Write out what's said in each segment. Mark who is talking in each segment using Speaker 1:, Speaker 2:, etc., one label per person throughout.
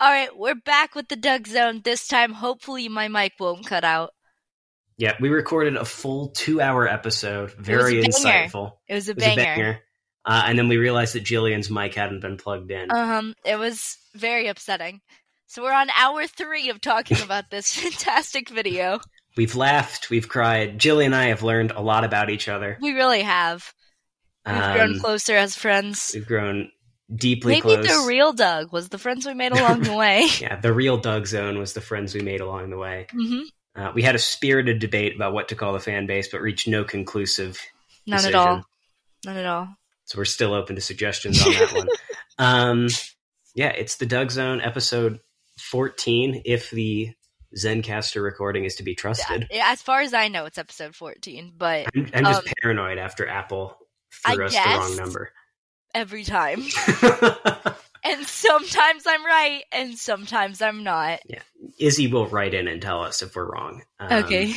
Speaker 1: All right, we're back with the Doug Zone. This time, hopefully, my mic won't cut out.
Speaker 2: Yeah, we recorded a full two-hour episode. Very
Speaker 1: banger.
Speaker 2: insightful.
Speaker 1: It was a
Speaker 2: It was a
Speaker 1: banger.
Speaker 2: banger. Uh, and then we realized that Jillian's mic hadn't been plugged in.
Speaker 1: Um, it was very upsetting. So we're on hour three of talking about this fantastic video.
Speaker 2: we've laughed, we've cried. Jillian and I have learned a lot about each other.
Speaker 1: We really have. We've grown
Speaker 2: Um,
Speaker 1: closer as friends.
Speaker 2: we've grown deeply
Speaker 1: Maybe
Speaker 2: close.
Speaker 1: the real Doug was the friends we made along the way.
Speaker 2: yeah, the real Doug Zone was the friends we made along the way.
Speaker 1: hmm
Speaker 2: Uh, we had a spirited debate about what to call the fan base, but reached no conclusive
Speaker 1: None
Speaker 2: decision.
Speaker 1: at all. None at all.
Speaker 2: So we're still open to suggestions on that one. Um, yeah, it's the Doug Zone episode 14, if the Zencaster recording is to be trusted.
Speaker 1: Yeah, As far as I know, it's episode 14, but
Speaker 2: I'm, I'm just
Speaker 1: Um,
Speaker 2: paranoid after Apple
Speaker 1: I
Speaker 2: threw us the
Speaker 1: guess.
Speaker 2: wrong number.
Speaker 1: every time. And sometimes I'm right, and sometimes I'm not.
Speaker 2: Izzy will write in and tell us if we're wrong. Um,
Speaker 1: Okay.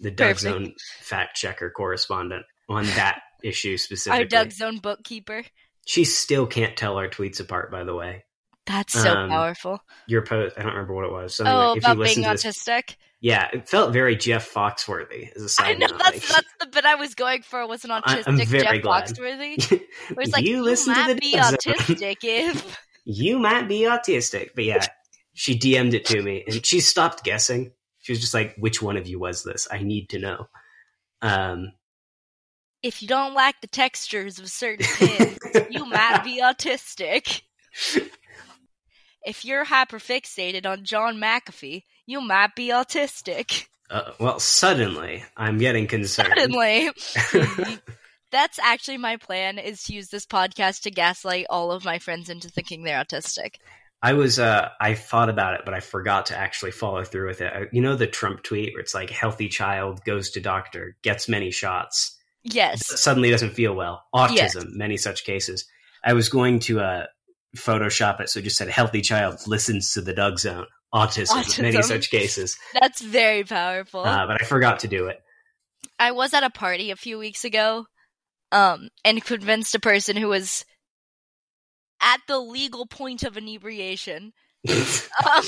Speaker 2: The Doug
Speaker 1: perfect.
Speaker 2: Zone fact checker correspondent on that issue specifically.
Speaker 1: Our Oh, Doug Zone bookkeeper.
Speaker 2: She still can't tell our tweets apart, by the way.
Speaker 1: That's so
Speaker 2: Um,
Speaker 1: powerful.
Speaker 2: Your post, I don't remember what it was. Something
Speaker 1: Oh,
Speaker 2: like, if you
Speaker 1: about being
Speaker 2: listen to this
Speaker 1: autistic.
Speaker 2: Yeah, it felt very Jeff Foxworthy as a
Speaker 1: I
Speaker 2: side
Speaker 1: know
Speaker 2: note.
Speaker 1: that's that's the bit I was going for. Was an
Speaker 2: I-
Speaker 1: autistic
Speaker 2: I'm very
Speaker 1: Jeff
Speaker 2: glad.
Speaker 1: Foxworthy?
Speaker 2: like,
Speaker 1: Where it's like
Speaker 2: you
Speaker 1: you
Speaker 2: listen
Speaker 1: might
Speaker 2: to the
Speaker 1: be
Speaker 2: Doug Zone.
Speaker 1: autistic if
Speaker 2: you might be autistic, but yeah, she DM'd it to me, and she stopped guessing. She was just like, "Which one of you was this? I need to know." Um,
Speaker 1: if you don't like the textures of certain pins, you might be autistic. If you're hyperfixated on John McAfee, you might be autistic.
Speaker 2: uh, well, suddenly I'm getting concerned.
Speaker 1: Suddenly, that's actually my plan: is to use this podcast to gaslight all of my friends into thinking they're autistic.
Speaker 2: I was, uh, I thought about it, but I forgot to actually follow through with it. I- You know the Trump tweet where it's like, "Healthy child goes to doctor, gets many shots."
Speaker 1: Yes,
Speaker 2: suddenly doesn't feel well. Autism,
Speaker 1: Yes.
Speaker 2: many such cases. I was going to uh, Photoshop it, so it just said "healthy child listens to the Doug Zone." Autism,
Speaker 1: Autism.
Speaker 2: many such cases.
Speaker 1: that's very powerful.
Speaker 2: Uh, but I forgot to do it.
Speaker 1: I was at a party a few weeks ago, um, and convinced a person who was at the legal point of inebriation um,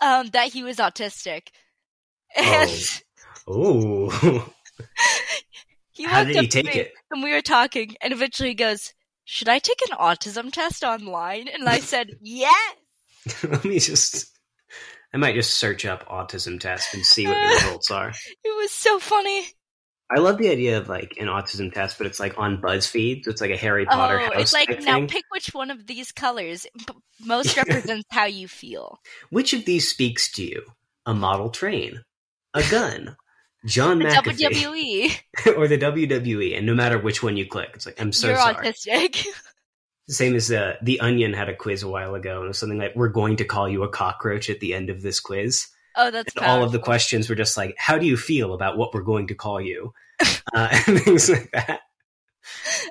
Speaker 1: um, that he was autistic, and
Speaker 2: oh,
Speaker 1: he
Speaker 2: how
Speaker 1: walked
Speaker 2: did
Speaker 1: up
Speaker 2: he
Speaker 1: to
Speaker 2: take
Speaker 1: me,
Speaker 2: it?
Speaker 1: and we were talking, and eventually he goes, "Should I take an autism test online?" And I said, "Yes."
Speaker 2: Let me just. I might just search up autism test and see what the results are.
Speaker 1: It was so funny.
Speaker 2: I love the idea of like an autism test, but it's like on BuzzFeed, so it's like a Harry Potter
Speaker 1: oh,
Speaker 2: house
Speaker 1: it's like
Speaker 2: type
Speaker 1: now
Speaker 2: thing.
Speaker 1: pick which one of these colors p- most represents how you feel.
Speaker 2: Which of these speaks to you? A model train, a gun, John
Speaker 1: The
Speaker 2: McAfee,
Speaker 1: WWE.
Speaker 2: or the WWE? And no matter which one you click, it's like I'm so
Speaker 1: You're
Speaker 2: sorry.
Speaker 1: autistic.
Speaker 2: Same as the the Onion had a quiz a while ago, and it was something like, "We're going to call you a cockroach at the end of this quiz."
Speaker 1: Oh, that's
Speaker 2: And all of the
Speaker 1: powerful.
Speaker 2: questions were just like, "How do you feel about what we're going to call you?" uh, and things like that.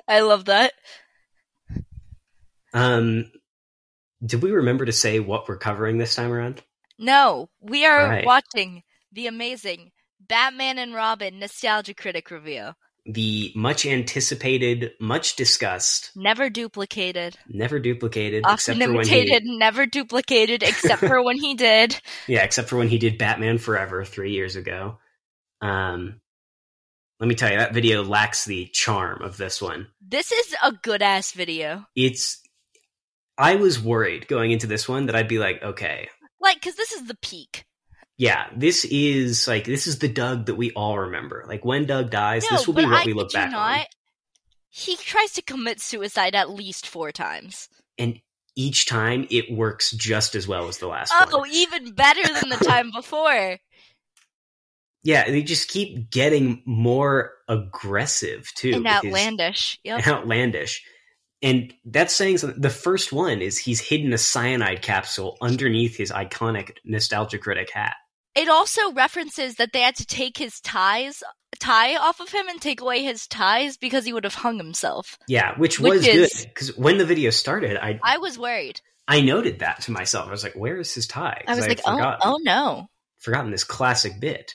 Speaker 1: I love that.
Speaker 2: Um, did we remember to say what we're covering this time around?
Speaker 1: No, we are
Speaker 2: Right.
Speaker 1: watching the amazing Batman and Robin nostalgia critic review.
Speaker 2: The much anticipated, much discussed,
Speaker 1: Never duplicated,
Speaker 2: never duplicated,
Speaker 1: often
Speaker 2: except for when he
Speaker 1: imitated, never duplicated, except for when he did.
Speaker 2: Yeah, except for when he did Batman Forever three years ago. Um, let me tell you, that video lacks the charm of this one.
Speaker 1: This is a good ass video.
Speaker 2: It's. I was worried going into this one that I'd be like, okay,
Speaker 1: Like, because this is the peak.
Speaker 2: yeah, this is like this is the Doug that we all remember. Like when Doug dies, this will be what we look
Speaker 1: kid you
Speaker 2: back on.
Speaker 1: He tries to commit suicide at least four times.
Speaker 2: And each time, it works just as well as the last one.
Speaker 1: Oh, even better than the time before.
Speaker 2: Yeah, they just keep getting more aggressive too.
Speaker 1: and
Speaker 2: with his-
Speaker 1: outlandish. Yep.
Speaker 2: and outlandish. And that's saying something. The first one is he's hidden a cyanide capsule underneath his iconic nostalgia critic hat.
Speaker 1: it also references that they had to take his ties tie off of him and take away his ties because he would have hung himself.
Speaker 2: Yeah, which,
Speaker 1: Which
Speaker 2: was
Speaker 1: is-
Speaker 2: good because when the video started, I
Speaker 1: I was worried.
Speaker 2: I noted that to myself. I was like, "Where is his tie?" 'Cause
Speaker 1: I was
Speaker 2: had
Speaker 1: like, oh,
Speaker 2: forgotten,
Speaker 1: oh no.
Speaker 2: forgotten this classic bit.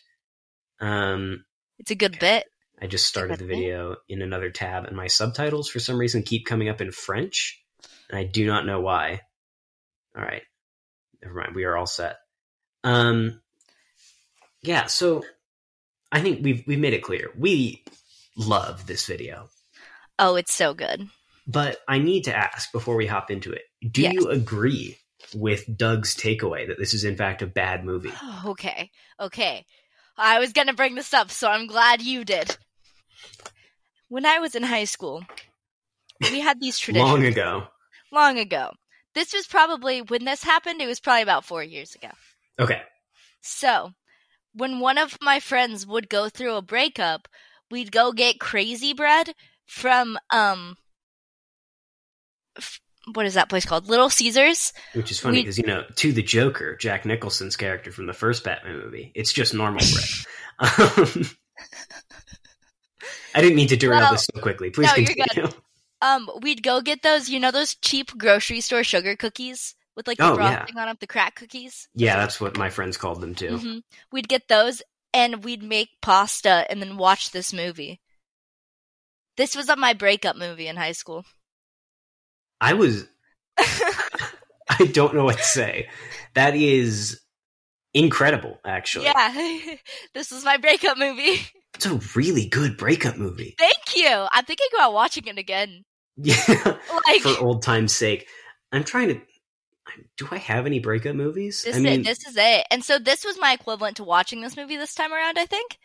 Speaker 2: Um,
Speaker 1: It's a good bit.
Speaker 2: I just started the
Speaker 1: Forgotten it?
Speaker 2: video in another tab, and my subtitles for some reason keep coming up in French, and I do not know why. All right. Never mind. We are all set. Um, yeah. So I think we've we've made it clear we love this video,
Speaker 1: Oh, it's so good.
Speaker 2: but I need to ask before we hop into it: Do
Speaker 1: Yes.
Speaker 2: you agree with Doug's takeaway that this is in fact a bad movie?
Speaker 1: Okay. Okay. I was going to bring this up, so I'm glad you did. When I was in high school, we had these traditions
Speaker 2: Long ago.
Speaker 1: long ago. This was probably when this happened, it was probably about 4 years ago.
Speaker 2: Okay.
Speaker 1: So, when one of my friends would go through a breakup, we'd go get crazy bread from um f- what is that place called? Little Caesars.
Speaker 2: Which is funny
Speaker 1: We-
Speaker 2: because you know, to the Joker, Jack Nicholson's character from the first Batman movie, it's just normal bread. um, I didn't mean to derail
Speaker 1: Well,
Speaker 2: this so quickly. Please
Speaker 1: no, you're
Speaker 2: continue.
Speaker 1: Um, we'd go get those, you know, those cheap grocery store sugar cookies with like the
Speaker 2: Oh, yeah.
Speaker 1: frosting on them, the crack cookies.
Speaker 2: Yeah, that's what my friends called them too.
Speaker 1: hmm We'd get those, and we'd make pasta, and then watch this movie. This was on my breakup movie in high school.
Speaker 2: I was I don't know what to say. That is incredible, actually.
Speaker 1: yeah, this was my breakup movie.
Speaker 2: It's a really good breakup movie.
Speaker 1: Thank you. I'm thinking about watching it again.
Speaker 2: Yeah.
Speaker 1: Like
Speaker 2: For old time's sake. I'm trying to do I have any breakup movies?
Speaker 1: this,
Speaker 2: I mean,
Speaker 1: is, this is it. And so this was my equivalent to watching this movie this time around. I think.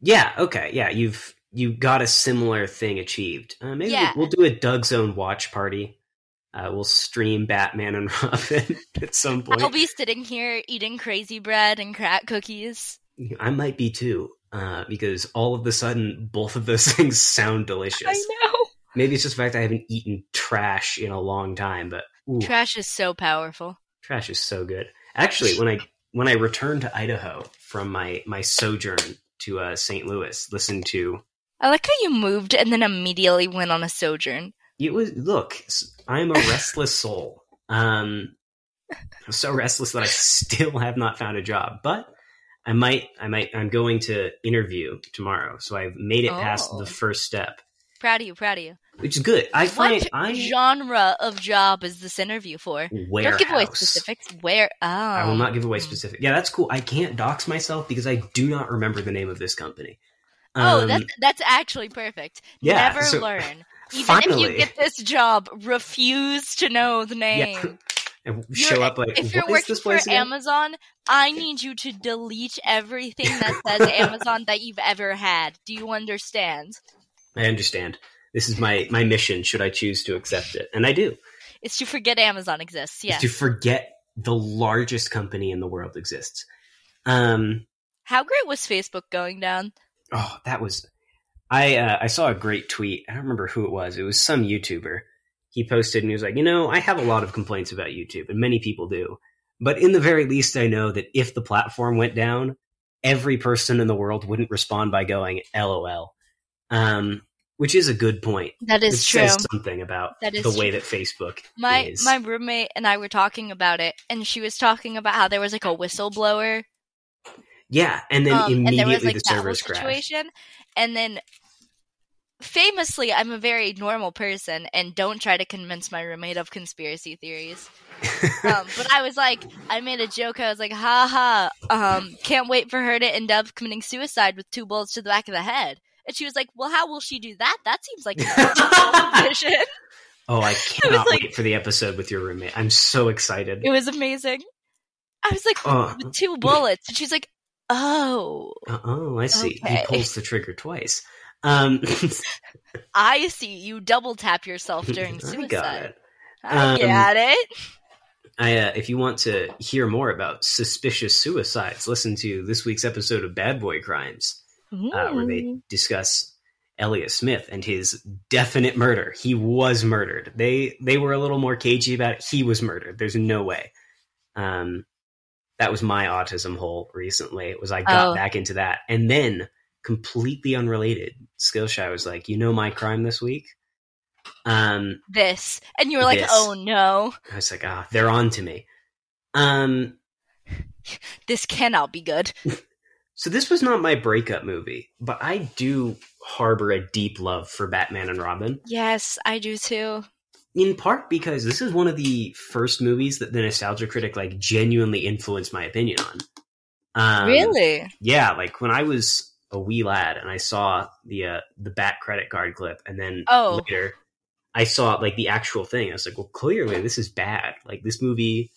Speaker 2: Yeah. Okay. Yeah. You've you got a similar thing achieved. Uh, maybe
Speaker 1: Yeah.
Speaker 2: we'll do a Doug's own watch party. Uh, we'll stream Batman and Robin at some point.
Speaker 1: I'll be sitting here eating crazy bread and crack cookies.
Speaker 2: I might be too, uh, because all of a sudden both of those things sound delicious.
Speaker 1: I know.
Speaker 2: Maybe it's just the fact I haven't eaten trash in a long time, but ooh,
Speaker 1: Trash is so powerful.
Speaker 2: trash is so good. Actually, when I when I returned to Idaho from my my sojourn to uh, St. Louis, listen to
Speaker 1: I like how you moved and then immediately went on a sojourn.
Speaker 2: It was look, s- I'm a restless soul. Um I'm so restless that I still have not found a job, but I might I might I'm going to interview tomorrow, so I've made it past
Speaker 1: Oh.
Speaker 2: the first step,
Speaker 1: Proud of you, proud of you.
Speaker 2: which is good. I find
Speaker 1: what
Speaker 2: I
Speaker 1: genre of job is this interview for?
Speaker 2: warehouse.
Speaker 1: Don't give away specifics. Where? Oh,
Speaker 2: I will not give away specific. Yeah, that's cool. I can't dox myself because I do not remember the name of this company.
Speaker 1: oh,
Speaker 2: Um,
Speaker 1: that's that's actually perfect.
Speaker 2: yeah,
Speaker 1: Never
Speaker 2: so-
Speaker 1: learn. Even if
Speaker 2: finally.
Speaker 1: you get this job, refuse to know the name.
Speaker 2: and
Speaker 1: You're-
Speaker 2: show up like
Speaker 1: if you're
Speaker 2: what
Speaker 1: working
Speaker 2: is this
Speaker 1: for
Speaker 2: place again?
Speaker 1: Amazon, I need you to delete everything that says Amazon that you've ever had. Do you understand?
Speaker 2: I understand. This is my my mission. Should I choose to accept it, and I do.
Speaker 1: It's to forget Amazon exists.
Speaker 2: is
Speaker 1: Yeah.
Speaker 2: to forget the largest company in the world exists. Um,
Speaker 1: How great was Facebook going down?
Speaker 2: oh, that was I. Uh, I saw a great tweet. I don't remember who it was. It was some YouTuber. He posted and he was like, you know, I have a lot of complaints about YouTube, and many people do. But in the very least, I know that if the platform went down, every person in the world wouldn't respond by going "LOL," um, which is a good point.
Speaker 1: That
Speaker 2: It
Speaker 1: is true.
Speaker 2: says something about
Speaker 1: That is
Speaker 2: the way that Facebook
Speaker 1: My
Speaker 2: is.
Speaker 1: my roommate and I were talking about it, and she was talking about how there was like a whistleblower,
Speaker 2: yeah, and then
Speaker 1: um, and
Speaker 2: immediately
Speaker 1: there was like
Speaker 2: the
Speaker 1: that whole
Speaker 2: servers crashed.
Speaker 1: situation, and then famously, I'm a very normal person, and don't try to convince my roommate of conspiracy theories. um, but I was like, I made a joke. I was like, ha ha, um, can't wait for her to end up committing suicide with two bullets to the back of the head. And she was like, well, how will she do that? That seems like a vision.
Speaker 2: Oh, I cannot
Speaker 1: like-
Speaker 2: wait for the episode with your roommate. I'm so excited.
Speaker 1: It was amazing. I was like,
Speaker 2: Oh,
Speaker 1: with two bullets. And she's like, oh,
Speaker 2: oh, I see.
Speaker 1: Okay.
Speaker 2: He pulls the trigger twice. Um,
Speaker 1: I see. You double tap yourself during
Speaker 2: I got
Speaker 1: suicide.
Speaker 2: it.
Speaker 1: I
Speaker 2: Um,
Speaker 1: get it.
Speaker 2: I, uh, if you want to hear more about suspicious suicides, listen to this week's episode of Bad Boy Crimes, uh, where they
Speaker 1: Ooh.
Speaker 2: discuss Elliot Smith and his definite murder. He was murdered. They they were a little more cagey about it. He was murdered. There's no way. Um, that was my autism hole recently. It was I got
Speaker 1: Oh.
Speaker 2: back into that, and then completely unrelated. Skillshare was like, you know, my crime this week. Um,
Speaker 1: This. And you were like,
Speaker 2: This.
Speaker 1: oh no,
Speaker 2: I was like, ah, they're on to me. Um,
Speaker 1: this cannot be good.
Speaker 2: so this was not my breakup movie, but I do harbor a deep love for Batman and Robin.
Speaker 1: Yes, I do too.
Speaker 2: in part because this is one of the first movies that the nostalgia critic like genuinely influenced my opinion on. Um,
Speaker 1: really?
Speaker 2: Yeah, like when I was a wee lad and I saw the uh, the bat credit card clip, and then
Speaker 1: Oh.
Speaker 2: later I saw like the actual thing. I was like, well, clearly this is bad. Like this movie,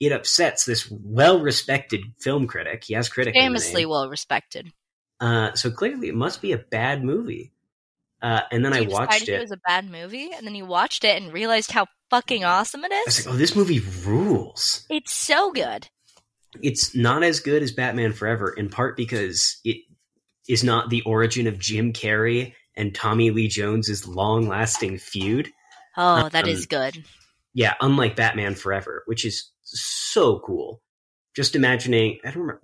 Speaker 2: it upsets this well respected film critic. He has critic in the name.
Speaker 1: Famously well respected.
Speaker 2: Uh, so clearly, it must be a bad movie. Uh, and then
Speaker 1: So
Speaker 2: I
Speaker 1: you
Speaker 2: watched
Speaker 1: decided
Speaker 2: it.
Speaker 1: it was a bad movie, and then you watched it and realized how fucking awesome it
Speaker 2: I was
Speaker 1: is.
Speaker 2: like, oh, this movie rules.
Speaker 1: It's so good.
Speaker 2: It's not as good as Batman Forever, in part because it is not the origin of Jim Carrey and Tommy Lee Jones's long lasting feud.
Speaker 1: Oh, that is
Speaker 2: Um,
Speaker 1: good.
Speaker 2: Yeah, unlike Batman Forever, which is so cool. Just imagining, I don't remember.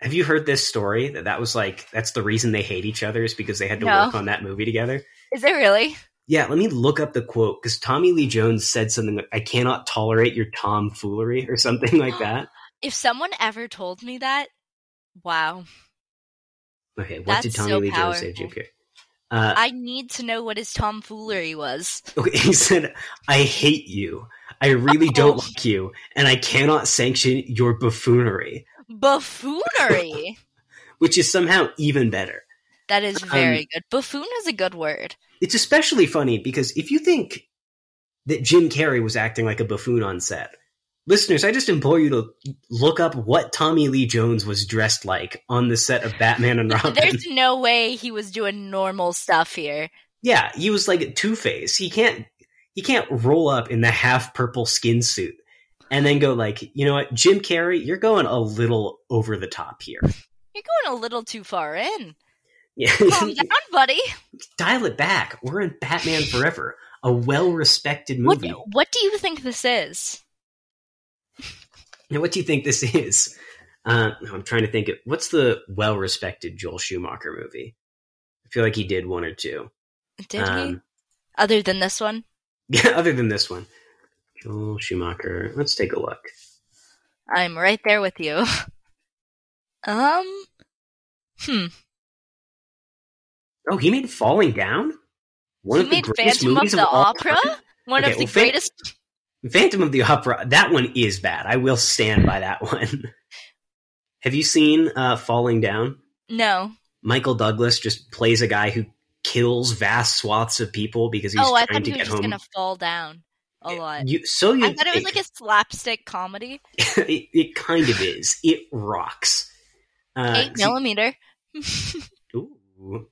Speaker 2: Have you heard this story that that was like, that's the reason they hate each other is because they had to
Speaker 1: No.
Speaker 2: work on that movie together?
Speaker 1: Is it really?
Speaker 2: Yeah, let me look up the quote because Tommy Lee Jones said something like, I cannot tolerate your tomfoolery or something like that.
Speaker 1: If someone ever told me that, wow.
Speaker 2: Okay, what
Speaker 1: That's
Speaker 2: did Tommy
Speaker 1: so
Speaker 2: Lee Jones say, Jim
Speaker 1: powerful.
Speaker 2: Carrey? Uh,
Speaker 1: I need to know what his tomfoolery was.
Speaker 2: okay, he said, I hate you. I really don't like you, and I cannot sanction your buffoonery,
Speaker 1: Buffoonery.
Speaker 2: which is somehow even better.
Speaker 1: that is very good. Buffoon is a good word.
Speaker 2: It's especially funny because if you think that Jim Carrey was acting like a buffoon on set, listeners, I just implore you to look up what Tommy Lee Jones was dressed like on the set of Batman and Robin.
Speaker 1: There's no way he was doing normal stuff here.
Speaker 2: Yeah, he was like Two Face. He can't he can't roll up in the half purple skin suit and then go like, you know what, Jim Carrey, you're going a little over the top here.
Speaker 1: You're going a little too far in.
Speaker 2: Yeah,
Speaker 1: Calm down, buddy.
Speaker 2: dial it back. We're in Batman Forever, a well-respected
Speaker 1: What
Speaker 2: movie.
Speaker 1: what do you think this is?
Speaker 2: Now, what do you think this is? Uh, I'm trying to think. Of, what's the well-respected Joel Schumacher movie? I feel like he did one or two.
Speaker 1: Did he?
Speaker 2: Um,
Speaker 1: Other than this one?
Speaker 2: Yeah, other than this one, Joel Schumacher. Let's take a look.
Speaker 1: I'm right there with you. um Hmm.
Speaker 2: Oh, he made Falling Down. One
Speaker 1: he
Speaker 2: of the
Speaker 1: made
Speaker 2: greatest
Speaker 1: Phantom of
Speaker 2: movies
Speaker 1: the
Speaker 2: of all
Speaker 1: Opera?
Speaker 2: time.
Speaker 1: One
Speaker 2: Okay,
Speaker 1: of the
Speaker 2: well, Phan-
Speaker 1: greatest
Speaker 2: Phantom of the Opera. That one is bad. I will stand by that one. Have you seen uh, Falling Down?
Speaker 1: No.
Speaker 2: Michael Douglas just plays a guy who kills vast swaths of people because he's
Speaker 1: Oh, I
Speaker 2: trying
Speaker 1: thought
Speaker 2: to
Speaker 1: he was
Speaker 2: get
Speaker 1: just
Speaker 2: home.
Speaker 1: gonna fall down a lot.
Speaker 2: You, so you
Speaker 1: I thought it was
Speaker 2: think.
Speaker 1: like a slapstick comedy.
Speaker 2: it, it kind of is. It rocks. Uh,
Speaker 1: Eight millimeter.
Speaker 2: Ooh.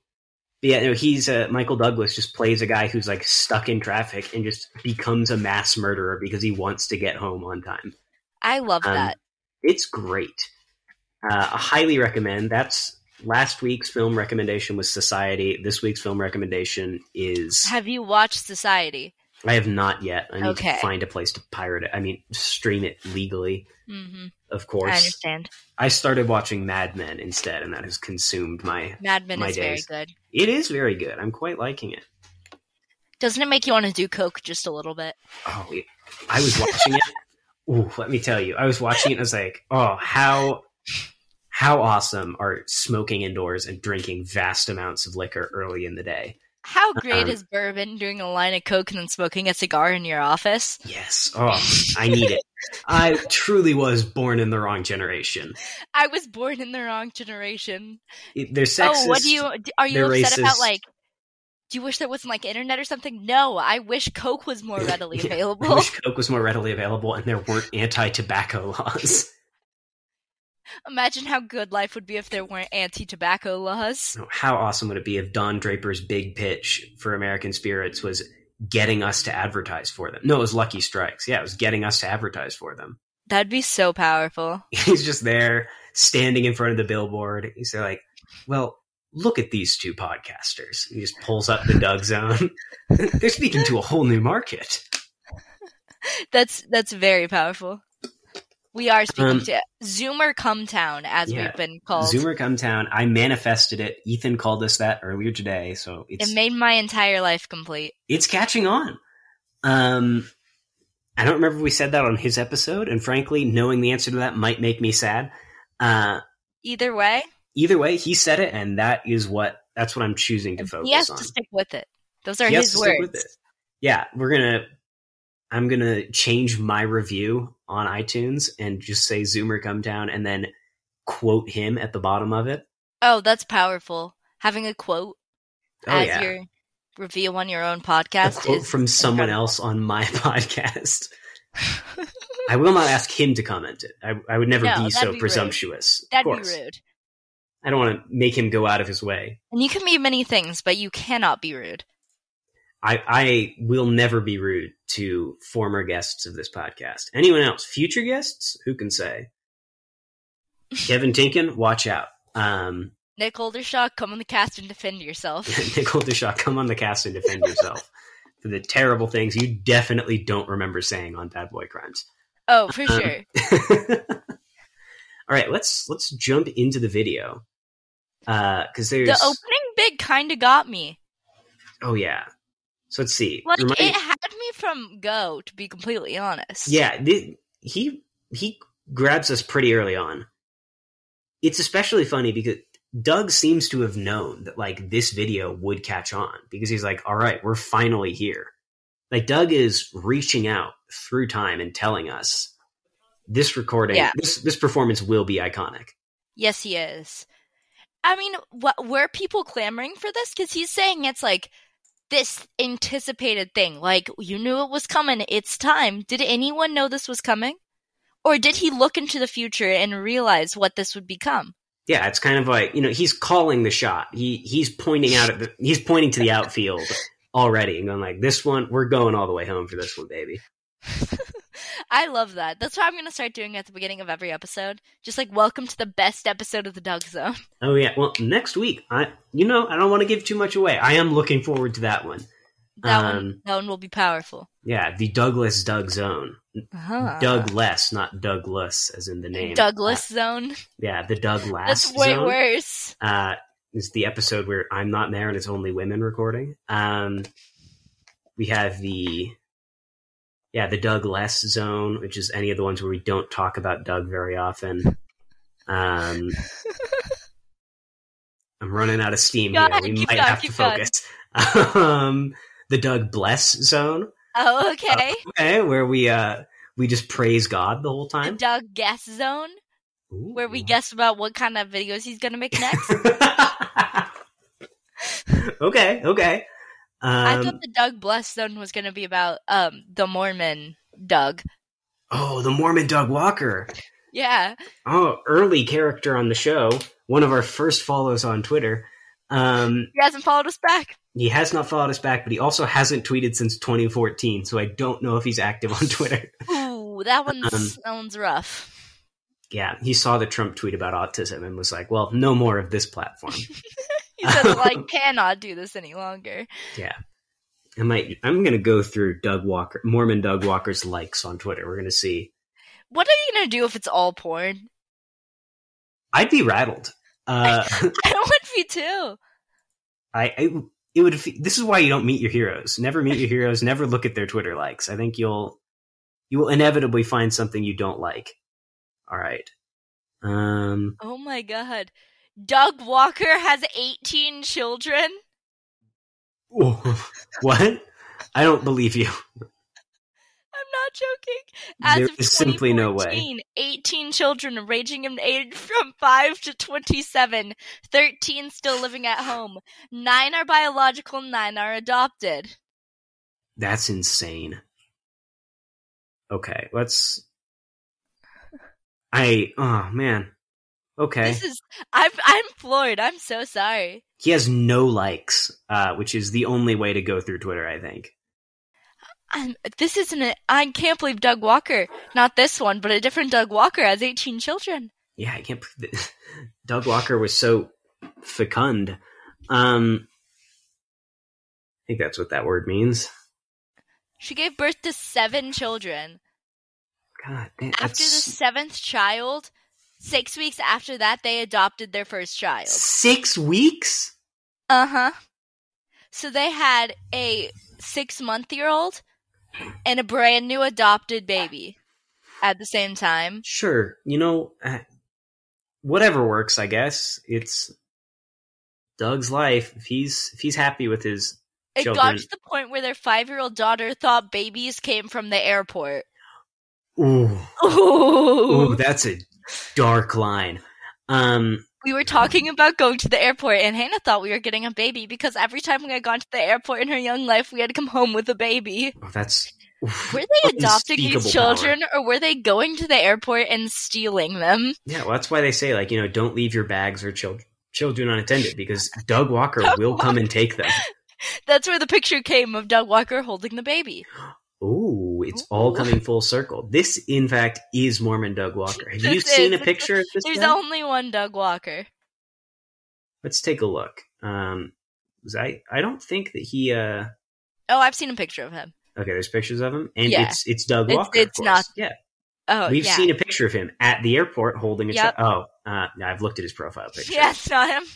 Speaker 2: But yeah, no, he's uh, Michael Douglas just plays a guy who's like stuck in traffic and just becomes a mass murderer because he wants to get home on time.
Speaker 1: I love
Speaker 2: Um,
Speaker 1: that.
Speaker 2: It's great. Uh, I highly recommend. That's last week's film recommendation was Society. This week's film recommendation is
Speaker 1: Have you watched Society?
Speaker 2: I have not yet. I need
Speaker 1: Okay.
Speaker 2: to find a place to pirate it. I mean, stream it legally,
Speaker 1: hmm
Speaker 2: of
Speaker 1: I
Speaker 2: course.
Speaker 1: understand.
Speaker 2: I, started watching Mad Men instead, and that has consumed my.
Speaker 1: Mad Men
Speaker 2: My
Speaker 1: is
Speaker 2: days.
Speaker 1: very good.
Speaker 2: It is very good. I'm quite liking it.
Speaker 1: Doesn't it make you want to do coke just a little bit?
Speaker 2: Oh, it, I was watching it. Ooh, let me tell you, I was watching it. and I was like, oh, how how awesome are smoking indoors and drinking vast amounts of liquor early in the day.
Speaker 1: How great
Speaker 2: Um,
Speaker 1: is bourbon doing a line of coke and then smoking a cigar in your office?
Speaker 2: Yes. Oh, I need it. I truly was born in the wrong generation.
Speaker 1: I was born in the wrong generation.
Speaker 2: It, they're sexist.
Speaker 1: oh, what do you d- are you
Speaker 2: they're
Speaker 1: upset about?
Speaker 2: racist.
Speaker 1: Like, do you wish there wasn't like internet or something? No, I wish coke was more readily
Speaker 2: Yeah, I I
Speaker 1: available.
Speaker 2: wish Coke was more readily available and there weren't anti-tobacco laws.
Speaker 1: Imagine how good life would be if there weren't anti-tobacco laws.
Speaker 2: So How awesome would it be if Don Draper's big pitch for American Spirits was getting us to advertise for them? No, it was Lucky Strikes. Yeah, it was getting us to advertise for them.
Speaker 1: That'd be so powerful.
Speaker 2: He's just there standing in front of the billboard. He's there like, well, look at these two podcasters. He just pulls up the Doug Zone. They're speaking to a whole new market.
Speaker 1: That's that's very powerful. We are speaking
Speaker 2: Um,
Speaker 1: to Zoomer Come Town, as
Speaker 2: yeah,
Speaker 1: we've been called.
Speaker 2: Zoomer Come Town. I manifested it. Ethan called us that earlier today. So it's
Speaker 1: It made my entire life complete.
Speaker 2: it's catching on. Um, I don't remember if we said that on his episode, and frankly, knowing the answer to that might make me sad. Uh,
Speaker 1: Either way,
Speaker 2: either way, he said it, and that is what that's what I'm choosing to focus
Speaker 1: he has
Speaker 2: on.
Speaker 1: to stick with it. Those are
Speaker 2: He has
Speaker 1: his
Speaker 2: to
Speaker 1: words.
Speaker 2: stick with it. yeah, we're gonna. I'm gonna change my review on iTunes and just say Zoomer come down and then quote him at the bottom of it.
Speaker 1: Oh, that's powerful. Having a quote
Speaker 2: Oh
Speaker 1: as
Speaker 2: yeah,
Speaker 1: your review on your own
Speaker 2: a
Speaker 1: podcast
Speaker 2: quote
Speaker 1: is
Speaker 2: from someone
Speaker 1: incredible.
Speaker 2: else on my podcast. I will not ask him to comment it. I, I would never
Speaker 1: No,
Speaker 2: be
Speaker 1: that'd
Speaker 2: so
Speaker 1: be rude.
Speaker 2: presumptuous. of
Speaker 1: That'd be
Speaker 2: course.
Speaker 1: rude.
Speaker 2: I don't want to make him go out of his way.
Speaker 1: And you can be many things, but you cannot be rude.
Speaker 2: I, I will never be rude to former guests of this podcast. Anyone else? Future guests? Who can say? Kevin Tinkin, watch out. Um,
Speaker 1: Nick Oldershaw, come on the cast and defend yourself.
Speaker 2: Nick Oldershaw, come on the cast and defend yourself for the terrible things you definitely don't remember saying on Bad Boy Crimes.
Speaker 1: oh, for
Speaker 2: Um,
Speaker 1: sure.
Speaker 2: All right, let's let's jump into the video because there's
Speaker 1: The opening bid kind of got me.
Speaker 2: oh yeah. So let's see.
Speaker 1: Like,
Speaker 2: Remind-
Speaker 1: it had me from go, to be completely honest.
Speaker 2: Yeah, the, he he grabs us pretty early on. It's especially funny because Doug seems to have known that like this video would catch on because he's like, "All right, we're finally here." Like Doug is reaching out through time and telling us this recording,
Speaker 1: Yeah.
Speaker 2: this this performance will be iconic.
Speaker 1: Yes, he is. I mean, what, were people clamoring for this? Because he's saying it's like this anticipated thing. Like, you knew it was coming. It's time. Did anyone know this was coming? Or did he look into the future and realize what this would become?
Speaker 2: Yeah, it's kind of like you know he's calling the shot. He he's pointing out at the, he's pointing to the outfield already and going like, "This one, we're going all the way home for this one, baby."
Speaker 1: I love that. That's what I'm going to start doing at the beginning of every episode. Just like, welcome to the best episode of the Dog Zone.
Speaker 2: Oh yeah. Well, next week, I you know I don't want to give too much away. I am looking forward to that one.
Speaker 1: That
Speaker 2: Um,
Speaker 1: one, that one will be powerful.
Speaker 2: Yeah, the Douglas Doug Zone.
Speaker 1: Uh-huh.
Speaker 2: Dougless, not Douglas, as in the name.
Speaker 1: Douglas Zone.
Speaker 2: Uh, yeah, the Douglas.
Speaker 1: That's way
Speaker 2: Zone,
Speaker 1: worse.
Speaker 2: Uh, is the episode where I'm not there and it's only women recording. Um, we have the yeah the Douglas Zone, which is any of the ones where we don't talk about Doug very often. Um. I'm running out of steam
Speaker 1: Go
Speaker 2: here.
Speaker 1: ahead,
Speaker 2: we
Speaker 1: keep
Speaker 2: might
Speaker 1: going,
Speaker 2: have to
Speaker 1: keep going.
Speaker 2: focus. um, the Doug Bless Zone, Uh,
Speaker 1: Oh, okay.
Speaker 2: okay, where we uh we just praise God the whole
Speaker 1: the
Speaker 2: time.
Speaker 1: Doug Guess Zone,
Speaker 2: Ooh.
Speaker 1: where we guess about what kind of videos he's going to make next.
Speaker 2: okay, okay.
Speaker 1: I thought
Speaker 2: Um,
Speaker 1: the Doug Bless Zone was going to be about um the Mormon Doug.
Speaker 2: oh, the Mormon Doug Walker.
Speaker 1: Yeah.
Speaker 2: Oh, early character on the show. One of our first follows on Twitter. Um,
Speaker 1: He hasn't followed us back.
Speaker 2: he has not followed us back, but he also hasn't tweeted since 2014. So I don't know if he's active on Twitter.
Speaker 1: Ooh, that one
Speaker 2: Um,
Speaker 1: sounds rough.
Speaker 2: Yeah, he saw the Trump tweet about autism and was like, "Well, no more of this platform."
Speaker 1: He said, like, cannot do this any longer.
Speaker 2: I might. I'm going to go through Doug Walker, Mormon Doug Walker's likes on Twitter. We're going to see.
Speaker 1: What are you going to do if it's all porn?
Speaker 2: I'd be rattled. Uh,
Speaker 1: I would be too.
Speaker 2: I, I it would. fe- This is why you don't meet your heroes. Never meet your heroes. Never look at their Twitter likes. I think you'll you will inevitably find something you don't like. All right. Um.
Speaker 1: Oh my god. Doug Walker has 18 children.
Speaker 2: What? I don't believe you.
Speaker 1: I'm not joking. As
Speaker 2: There
Speaker 1: of
Speaker 2: is simply no
Speaker 1: 2014, 18 children ranging in age from 5 to 27, 13 still living at home. 9 are biological, 9 are adopted.
Speaker 2: That's insane. Okay, let's. I oh man. Okay,
Speaker 1: This is I'm I'm floored. I'm so sorry.
Speaker 2: he has no likes, uh, which is the only way to go through Twitter. I think.
Speaker 1: I'm, this isn't a, I can't believe Doug Walker, not this one, but a different Doug Walker has 18 children.
Speaker 2: Yeah, I can't. believe that- Doug Walker was so fecund. Um, I think that's what that word means.
Speaker 1: She gave birth to 7 children.
Speaker 2: God, damn,
Speaker 1: after the
Speaker 2: that's
Speaker 1: seventh child, six weeks after that, they adopted their first child.
Speaker 2: six weeks.
Speaker 1: Uh huh. So they had a six month year old and a brand new adopted baby at the same time.
Speaker 2: Sure, you know, uh, whatever works. I guess it's Doug's life. If he's if he's happy with his
Speaker 1: It got
Speaker 2: Children.
Speaker 1: to the point where their five year old daughter thought babies came from the airport.
Speaker 2: Ooh,
Speaker 1: Ooh.
Speaker 2: ooh, that's a dark line. Um,
Speaker 1: we were talking about going to the airport, and Hannah thought we were getting a baby because every time we had gone to the airport in her young life, we had to come home with a baby.
Speaker 2: oh, that's oof.
Speaker 1: Were they adopting
Speaker 2: Unspeakable
Speaker 1: these children, or were they going to the airport and stealing them?
Speaker 2: yeah. Well, that's why they say like you know don't leave your bags or chil- children unattended because Doug Walker
Speaker 1: Doug
Speaker 2: will come and take them.
Speaker 1: That's where the picture came of Doug Walker holding the baby.
Speaker 2: Ooh, it's all
Speaker 1: Ooh.
Speaker 2: coming full circle. This, in fact, is Mormon Doug Walker. Have you
Speaker 1: This
Speaker 2: seen
Speaker 1: is-
Speaker 2: a picture of this
Speaker 1: There's
Speaker 2: guy?
Speaker 1: only one Doug Walker.
Speaker 2: Let's take a look. Um, was I? I don't think that he. Uh,
Speaker 1: Oh, I've seen a picture of him.
Speaker 2: okay, there's pictures of him, and
Speaker 1: Yeah.
Speaker 2: it's it's Doug
Speaker 1: It's-
Speaker 2: Walker. of
Speaker 1: it's
Speaker 2: course.
Speaker 1: not-
Speaker 2: Yeah,
Speaker 1: Oh,
Speaker 2: we've
Speaker 1: yeah.
Speaker 2: seen a picture of him at the airport holding a
Speaker 1: Yep.
Speaker 2: child. Oh, uh, no, I've looked at his profile picture.
Speaker 1: Yeah, it's not him.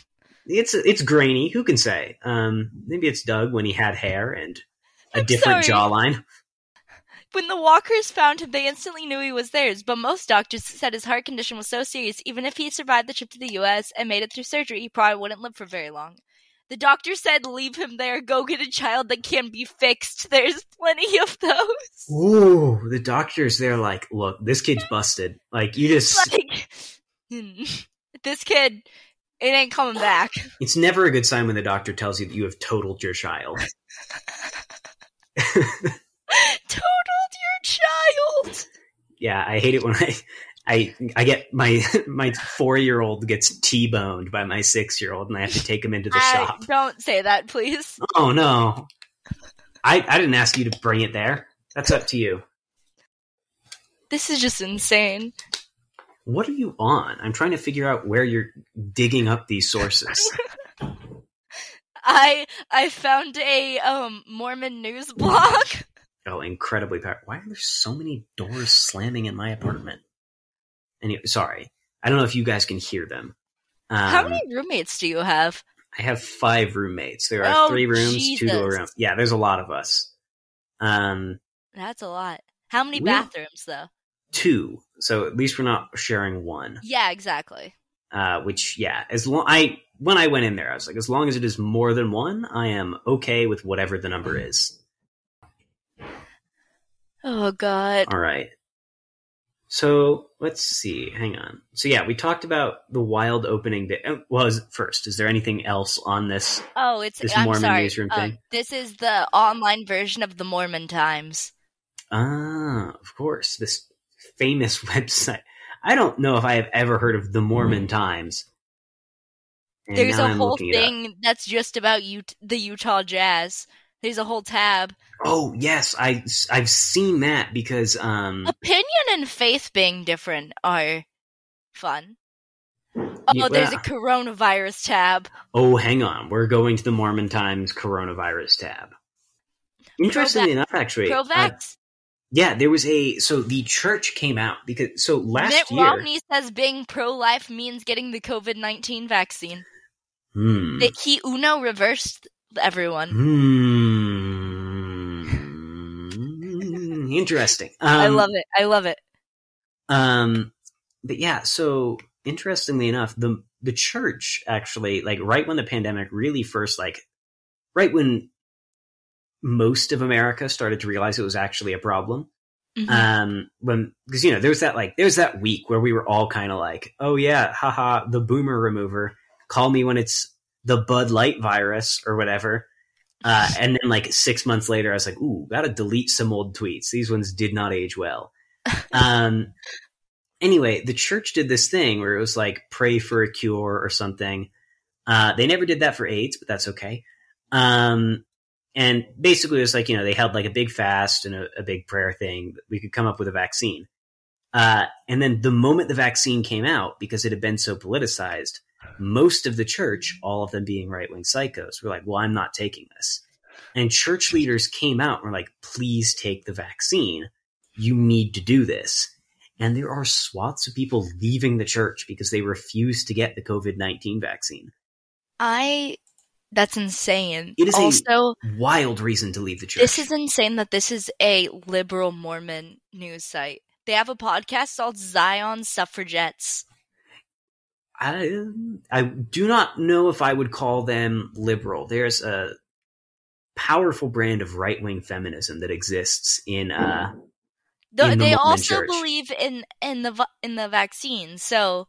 Speaker 2: it's it's grainy. Who can say? Um, maybe it's Doug when he had hair and a
Speaker 1: I'm
Speaker 2: different
Speaker 1: sorry.
Speaker 2: jawline.
Speaker 1: When the walkers found him, they instantly knew he was theirs, but most doctors said his heart condition was so serious, even if he survived the trip to the US and made it through surgery, he probably wouldn't live for very long. The doctor said, Leave him there, go get a child that can be fixed. There's plenty of those.
Speaker 2: Ooh, the doctors they're like, look, this kid's busted. Like you just
Speaker 1: Like, hmm, this kid, it ain't coming back.
Speaker 2: It's never a good sign when the doctor tells you that you have totaled your child.
Speaker 1: Totaled your child!
Speaker 2: Yeah, I hate it when I I I get my my four year old gets T boned by my six year old and I have to take him into the
Speaker 1: I-
Speaker 2: shop.
Speaker 1: don't say that, please.
Speaker 2: Oh no. I I didn't ask you to bring it there. That's up to you.
Speaker 1: This is just insane.
Speaker 2: What are you on? I'm trying to figure out where you're digging up these sources.
Speaker 1: I I found a um Mormon news blog.
Speaker 2: Oh, incredibly powerful. Why are there so many doors slamming in my apartment? Anyway, sorry. I don't know if you guys can hear them. Um,
Speaker 1: How many roommates do you have?
Speaker 2: I have five roommates. There
Speaker 1: Oh,
Speaker 2: are three rooms, two to a
Speaker 1: Jesus.
Speaker 2: room. Yeah, there's a lot of us. Um,
Speaker 1: That's a lot. How many
Speaker 2: We-
Speaker 1: bathrooms though?
Speaker 2: two. So at least we're not sharing one.
Speaker 1: Yeah, exactly.
Speaker 2: Uh, which yeah, as long I when I went in there, I was like, as long as it is more than one, I am okay with whatever the number is.
Speaker 1: Oh god.
Speaker 2: All right. So let's see. Hang on. So yeah, we talked about the wild opening bit. oh, Well, is- first, is there anything else on this?
Speaker 1: Oh, it's
Speaker 2: This
Speaker 1: I'm
Speaker 2: Mormon
Speaker 1: sorry.
Speaker 2: newsroom
Speaker 1: Uh,
Speaker 2: thing?
Speaker 1: this is the online version of the Mormon Times.
Speaker 2: Ah, of course, this famous website. I don't know if I have ever heard of the Mormon Times. And
Speaker 1: Hmm. There's
Speaker 2: now
Speaker 1: a
Speaker 2: I'm
Speaker 1: whole
Speaker 2: looking it up.
Speaker 1: thing that's just about U- the Utah Jazz. There's a whole tab.
Speaker 2: Oh yes, I I've seen that because um
Speaker 1: Opinion and faith being different are fun. Oh,
Speaker 2: Yeah,
Speaker 1: there's a
Speaker 2: well-
Speaker 1: coronavirus tab.
Speaker 2: oh hang on, we're going to the Mormon Times coronavirus tab. Interestingly enough, actually, uh,
Speaker 1: Provex.
Speaker 2: yeah, there was a so the church came out because so last
Speaker 1: Mitt
Speaker 2: year.
Speaker 1: Romney says being pro-life means getting the COVID-19 vaccine.
Speaker 2: Hmm.
Speaker 1: That he Uno reversed everyone.
Speaker 2: Hmm. Interesting. Um,
Speaker 1: I love it. I love it.
Speaker 2: Um, but yeah, so interestingly enough, the the church actually, like right when the pandemic really first, like right when most of America started to realize it was actually a problem,
Speaker 1: Mhm.
Speaker 2: um, when because you know there was that like there was that week where we were all kind of like, oh yeah, haha, the boomer remover. Call me when it's the Bud Light virus or whatever. Uh, and then like six months later, I was like, ooh, gotta delete some old tweets. These ones did not age well. um, anyway, the church did this thing where it was like pray for a cure or something. Uh, they never did that for AIDS, but that's okay. Um, and basically, it was like, you know, they held like a big fast and a, a big prayer thing. That we could come up with a vaccine. Uh, and then the moment the vaccine came out, because it had been so politicized, most of the church, all of them being right wing psychos, were like, well, I'm not taking this. And church leaders came out and were like, please take the vaccine. You need to do this. And there are swaths of people leaving the church because they refuse to get the COVID 19 vaccine.
Speaker 1: I. That's insane.
Speaker 2: It is a-
Speaker 1: also,
Speaker 2: Wild reason to leave the church.
Speaker 1: this is insane that this is a liberal Mormon news site. They have a podcast called Zion Suffragettes.
Speaker 2: I I do not know if I would call them liberal. There's a powerful brand of right wing feminism that exists in uh,
Speaker 1: Though
Speaker 2: in the
Speaker 1: they
Speaker 2: Mormon
Speaker 1: also
Speaker 2: church.
Speaker 1: believe in in the vi- in the vaccine. So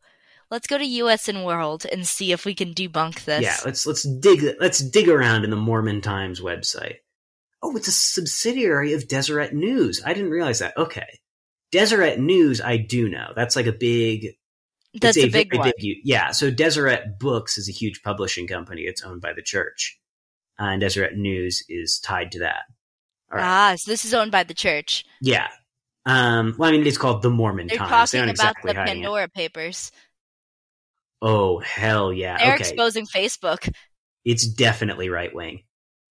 Speaker 1: let's go to U.S. and World and see if we can debunk this.
Speaker 2: yeah. Let's let's dig let's dig around in the Mormon Times website. Oh, it's a subsidiary of Deseret News. I didn't realize that. Okay, Deseret News. I do know that's like a big
Speaker 1: That's a,
Speaker 2: it's
Speaker 1: big
Speaker 2: very
Speaker 1: one.
Speaker 2: u- yeah. So Deseret Books is a huge publishing company. It's owned by the church, Uh, and Deseret News is tied to that. All right.
Speaker 1: Ah, so this is owned by the church.
Speaker 2: yeah. Um, well, I mean, it's called the Mormon
Speaker 1: They're
Speaker 2: Times. They
Speaker 1: talking
Speaker 2: aren't
Speaker 1: about
Speaker 2: exactly
Speaker 1: the
Speaker 2: hiding it.
Speaker 1: Pandora Papers.
Speaker 2: Oh hell yeah!
Speaker 1: They're
Speaker 2: okay,
Speaker 1: exposing Facebook.
Speaker 2: it's definitely right wing.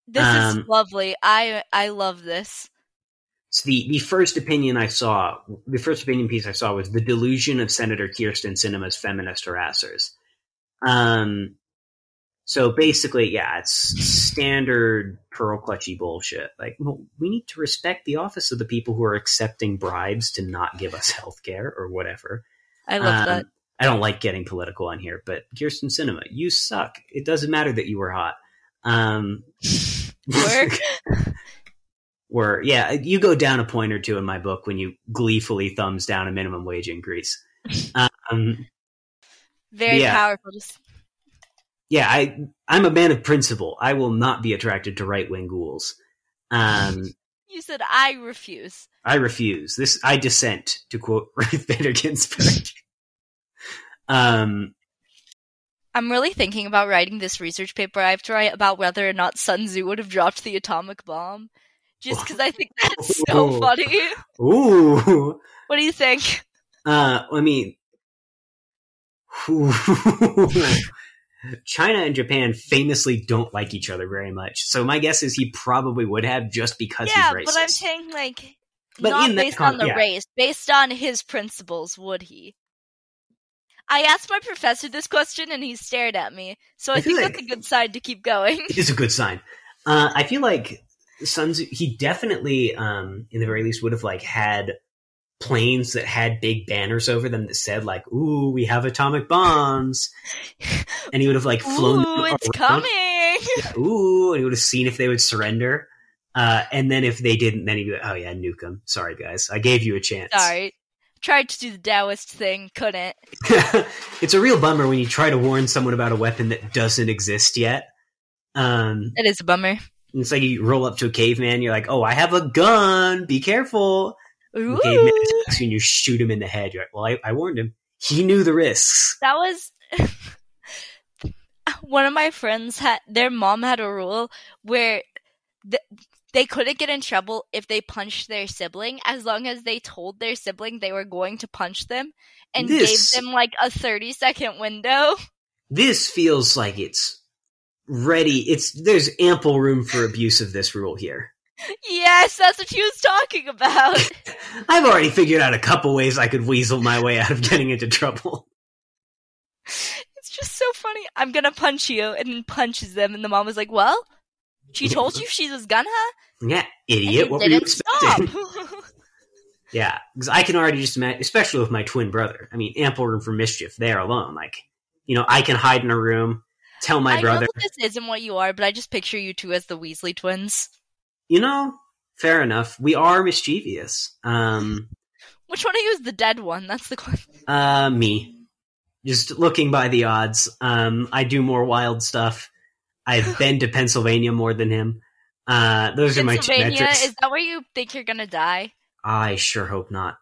Speaker 1: This
Speaker 2: Um,
Speaker 1: is lovely. I I love this.
Speaker 2: So the the first opinion I saw, the first opinion piece I saw was the delusion of Senator Kirsten Sinema's feminist harassers. Um, so basically, yeah, it's standard pearl clutchy bullshit. Like, well, we need to respect the office of the people who are accepting bribes to not give us health care or whatever.
Speaker 1: I love
Speaker 2: Um,
Speaker 1: that.
Speaker 2: I don't like getting political on here, but Kirsten Cinema, you suck. It doesn't matter that you were hot. Um,
Speaker 1: Work.
Speaker 2: were yeah you go down a point or two in my book when you gleefully thumbs down a minimum wage increase um,
Speaker 1: Very
Speaker 2: yeah.
Speaker 1: powerful. Just
Speaker 2: yeah i i'm a man of principle i will not be attracted to right-wing ghouls um,
Speaker 1: you said I refuse.
Speaker 2: i refuse this i dissent to quote ruth bader ginsburg um,
Speaker 1: I'm really thinking about writing this research paper I have to write about whether or not Sun Tzu would have dropped the atomic bomb. Just because I think that's so
Speaker 2: Whoa.
Speaker 1: funny.
Speaker 2: ooh
Speaker 1: What do you think?
Speaker 2: Uh, I mean, China and Japan famously don't like each other very much. So my guess is he probably would have just because
Speaker 1: Yeah,
Speaker 2: he's racist.
Speaker 1: but I'm saying like
Speaker 2: But
Speaker 1: not
Speaker 2: in that
Speaker 1: based
Speaker 2: con-
Speaker 1: on the
Speaker 2: yeah.
Speaker 1: race, based on his principles, would he? I asked my professor this question and he stared at me. So I,
Speaker 2: I feel
Speaker 1: think
Speaker 2: like-
Speaker 1: that's a good sign to keep going.
Speaker 2: it is a good sign. Uh, I feel like Sun Tzu, he definitely, um, in the very least, would have like had planes that had big banners over them that said like, "Ooh, we have atomic bombs," and he would have like flown. them
Speaker 1: Ooh, it's
Speaker 2: around.
Speaker 1: coming.
Speaker 2: ooh, and he would have seen if they would surrender. Uh, and then if they didn't, then he'd be like, oh yeah, nuke them. Sorry, guys. I gave you a chance.
Speaker 1: Sorry. Tried to do the Taoist thing, couldn't.
Speaker 2: it's a real bummer when you try to warn someone about a weapon that doesn't exist yet. Um,
Speaker 1: That is a bummer.
Speaker 2: it's like you roll up to a caveman, you're like, oh, I have a gun. Be careful. And the caveman
Speaker 1: Ooh.
Speaker 2: attacks you and you shoot him in the head. You're like, well, I, I warned him. He knew the risks.
Speaker 1: that was one of my friends had their mom had a rule where th- they couldn't get in trouble if they punched their sibling as long as they told their sibling they were going to punch them and
Speaker 2: This-
Speaker 1: gave them like a 30 second window
Speaker 2: This feels like it's ready. It's there's ample room for abuse of this rule here.
Speaker 1: yes that's what she was talking about
Speaker 2: I've already figured out a couple ways I could weasel my way out of getting into trouble.
Speaker 1: it's just so funny i'm gonna punch you and then punches them and the mom was like well she told you she was gonna
Speaker 2: Yeah,
Speaker 1: and
Speaker 2: idiot.
Speaker 1: you
Speaker 2: What were you
Speaker 1: didn't
Speaker 2: expecting?
Speaker 1: stop
Speaker 2: Yeah, because I can already just imagine, especially with my twin brother. I mean, ample room for mischief there alone. Like, you know, I can hide in a room, tell my
Speaker 1: I
Speaker 2: brother,
Speaker 1: know that this isn't what you are, but I just picture you two as the Weasley twins.
Speaker 2: you know, fair enough. We are mischievous. Um,
Speaker 1: Which one of you is the dead one? That's the question.
Speaker 2: uh, me. Just looking by the odds, um, I do more wild stuff. I've been to Pennsylvania more than him. Uh, those are my two
Speaker 1: Pennsylvania?
Speaker 2: metrics.
Speaker 1: Is that where you think you're gonna die?
Speaker 2: I sure hope not.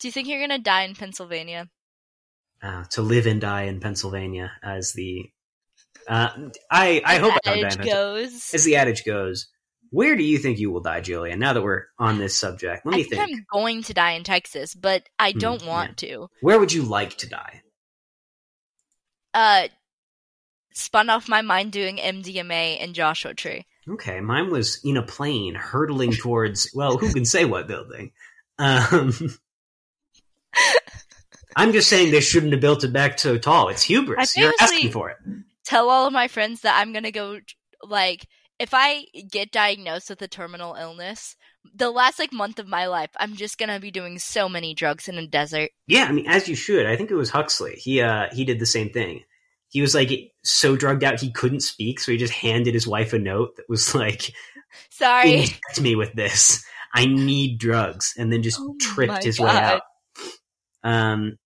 Speaker 1: Do you think you're gonna die in Pennsylvania?
Speaker 2: uh, to live and die in Pennsylvania, as the uh, I I
Speaker 1: As
Speaker 2: hope
Speaker 1: the
Speaker 2: I don't die in
Speaker 1: adage
Speaker 2: Pennsylvania.
Speaker 1: goes.
Speaker 2: As the adage goes, where do you think you will die, Julian? Now that we're on this subject, let
Speaker 1: I
Speaker 2: me
Speaker 1: think,
Speaker 2: think.
Speaker 1: I'm going to die in Texas, but I
Speaker 2: Hmm,
Speaker 1: don't want to.
Speaker 2: Where would you like to die?
Speaker 1: Uh, spun off my mind doing MDMA and Joshua Tree.
Speaker 2: Okay, mine was in a plane hurtling towards. Well, who can say what building? Um, I'm just saying they shouldn't have built it back so tall. It's hubris.
Speaker 1: I
Speaker 2: You're
Speaker 1: famously-
Speaker 2: asking for it.
Speaker 1: Tell all of my friends that I'm gonna go like if I get diagnosed with a terminal illness. The last like month of my life, I'm just gonna be doing so many drugs in a desert.
Speaker 2: Yeah, I mean, as you should. I think it was Huxley. He uh he did the same thing. He was like so drugged out he couldn't speak, so he just handed his wife a note that was like,
Speaker 1: Sorry.
Speaker 2: inject me with this. I need drugs, and then just
Speaker 1: Oh my
Speaker 2: tripped his way
Speaker 1: God.
Speaker 2: out. Um,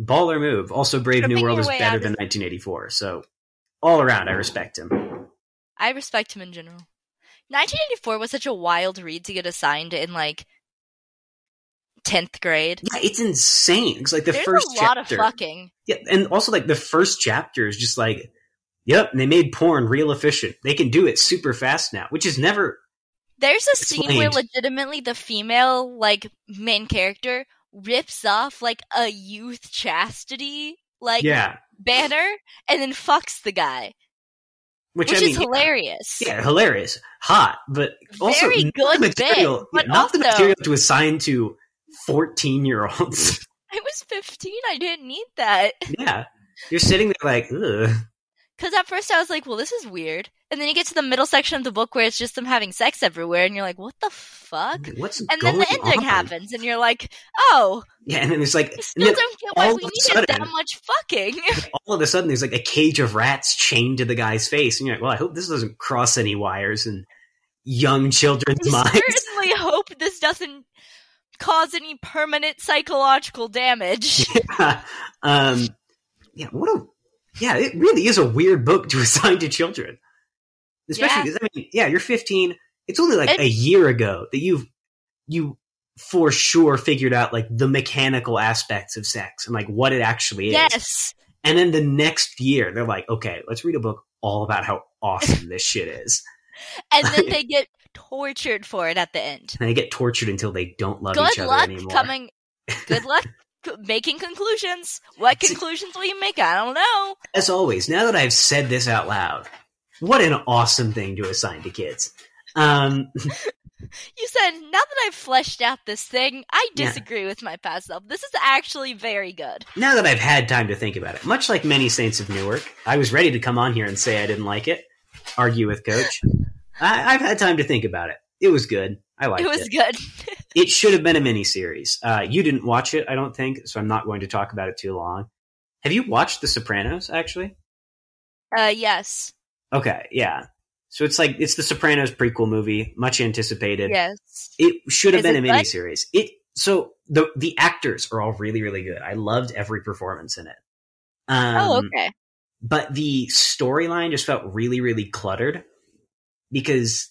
Speaker 2: baller move. Also, Brave New
Speaker 1: Tripping
Speaker 2: World
Speaker 1: your
Speaker 2: is
Speaker 1: way
Speaker 2: better
Speaker 1: out
Speaker 2: than
Speaker 1: is-
Speaker 2: 1984. So, all around, I respect him.
Speaker 1: I respect him in general. 1984 was such a wild read to get assigned in like 10th grade.
Speaker 2: Yeah, it's insane. It's like the
Speaker 1: There's
Speaker 2: first
Speaker 1: a lot
Speaker 2: chapter.
Speaker 1: of fucking.
Speaker 2: yeah, and also like the first chapter is just like, yep, they made porn real efficient. They can do it super fast now, which is never.
Speaker 1: There's a scene where
Speaker 2: Explained.
Speaker 1: legitimately the female like main character rips off like a youth chastity like
Speaker 2: yeah,
Speaker 1: banner and then fucks the guy,
Speaker 2: which,
Speaker 1: which,
Speaker 2: I mean,
Speaker 1: is hilarious.
Speaker 2: Yeah, hilarious, hot, but also
Speaker 1: Very
Speaker 2: not
Speaker 1: good
Speaker 2: the material.
Speaker 1: bit, but
Speaker 2: yeah, not the
Speaker 1: also-
Speaker 2: material to assign to fourteen-year-olds.
Speaker 1: I was 15. I didn't need that.
Speaker 2: yeah, you're sitting there like, Ugh.
Speaker 1: Because at first I was like, well, this is weird. And then you get to the middle section of the book where it's just them having sex everywhere, and you're like, what the fuck?
Speaker 2: what's
Speaker 1: And
Speaker 2: going
Speaker 1: then the ending
Speaker 2: on?
Speaker 1: happens, and you're like, oh,
Speaker 2: Yeah, and then it's like,
Speaker 1: I
Speaker 2: and
Speaker 1: still
Speaker 2: then
Speaker 1: don't get why
Speaker 2: all
Speaker 1: we
Speaker 2: of a
Speaker 1: needed that
Speaker 2: sudden-
Speaker 1: much fucking.
Speaker 2: all of a sudden, there's like a cage of rats chained to the guy's face, and you're like, well, I hope this doesn't cross any wires and young children's
Speaker 1: I
Speaker 2: minds.
Speaker 1: certainly hope this doesn't cause any permanent psychological damage.
Speaker 2: um, yeah, what a yeah, it really is a weird book to assign to children, especially because I mean, yeah, you're 15. It's only like
Speaker 1: And-
Speaker 2: a year ago that you've you for sure figured out like the mechanical aspects of sex and like what it actually is.
Speaker 1: yes.
Speaker 2: And then the next year, they're like, okay, let's read a book all about how awesome this shit is,
Speaker 1: And then they get tortured for it at the end.
Speaker 2: and they get tortured until they don't love each
Speaker 1: Good
Speaker 2: other
Speaker 1: luck
Speaker 2: anymore.
Speaker 1: coming. Good luck c- making conclusions. What conclusions will you make? I don't know.
Speaker 2: As always, now that I've said this out loud, what an awesome thing to assign to kids. Um,
Speaker 1: You said, now that I've fleshed out this thing, I
Speaker 2: Yeah.
Speaker 1: disagree with my past self. This is actually very good.
Speaker 2: now that I've had time to think about it, much like many Saints of Newark, I was ready to come on here and say I didn't like it, argue with Coach. I, I've had time to think about it. It was good. I liked
Speaker 1: it
Speaker 2: it.
Speaker 1: was good.
Speaker 2: It should have been a miniseries. Uh, you didn't watch it, I don't think, so I'm not going to talk about it too long. Have you watched The Sopranos, actually?
Speaker 1: Uh, yes.
Speaker 2: Okay, yeah. So it's like, it's The Sopranos prequel movie, much anticipated.
Speaker 1: Yes.
Speaker 2: It should have
Speaker 1: Is
Speaker 2: been
Speaker 1: it
Speaker 2: a
Speaker 1: good?
Speaker 2: miniseries. It so the the actors are all really really good. I loved every performance in it. Um,
Speaker 1: oh, okay.
Speaker 2: But the storyline just felt really really cluttered because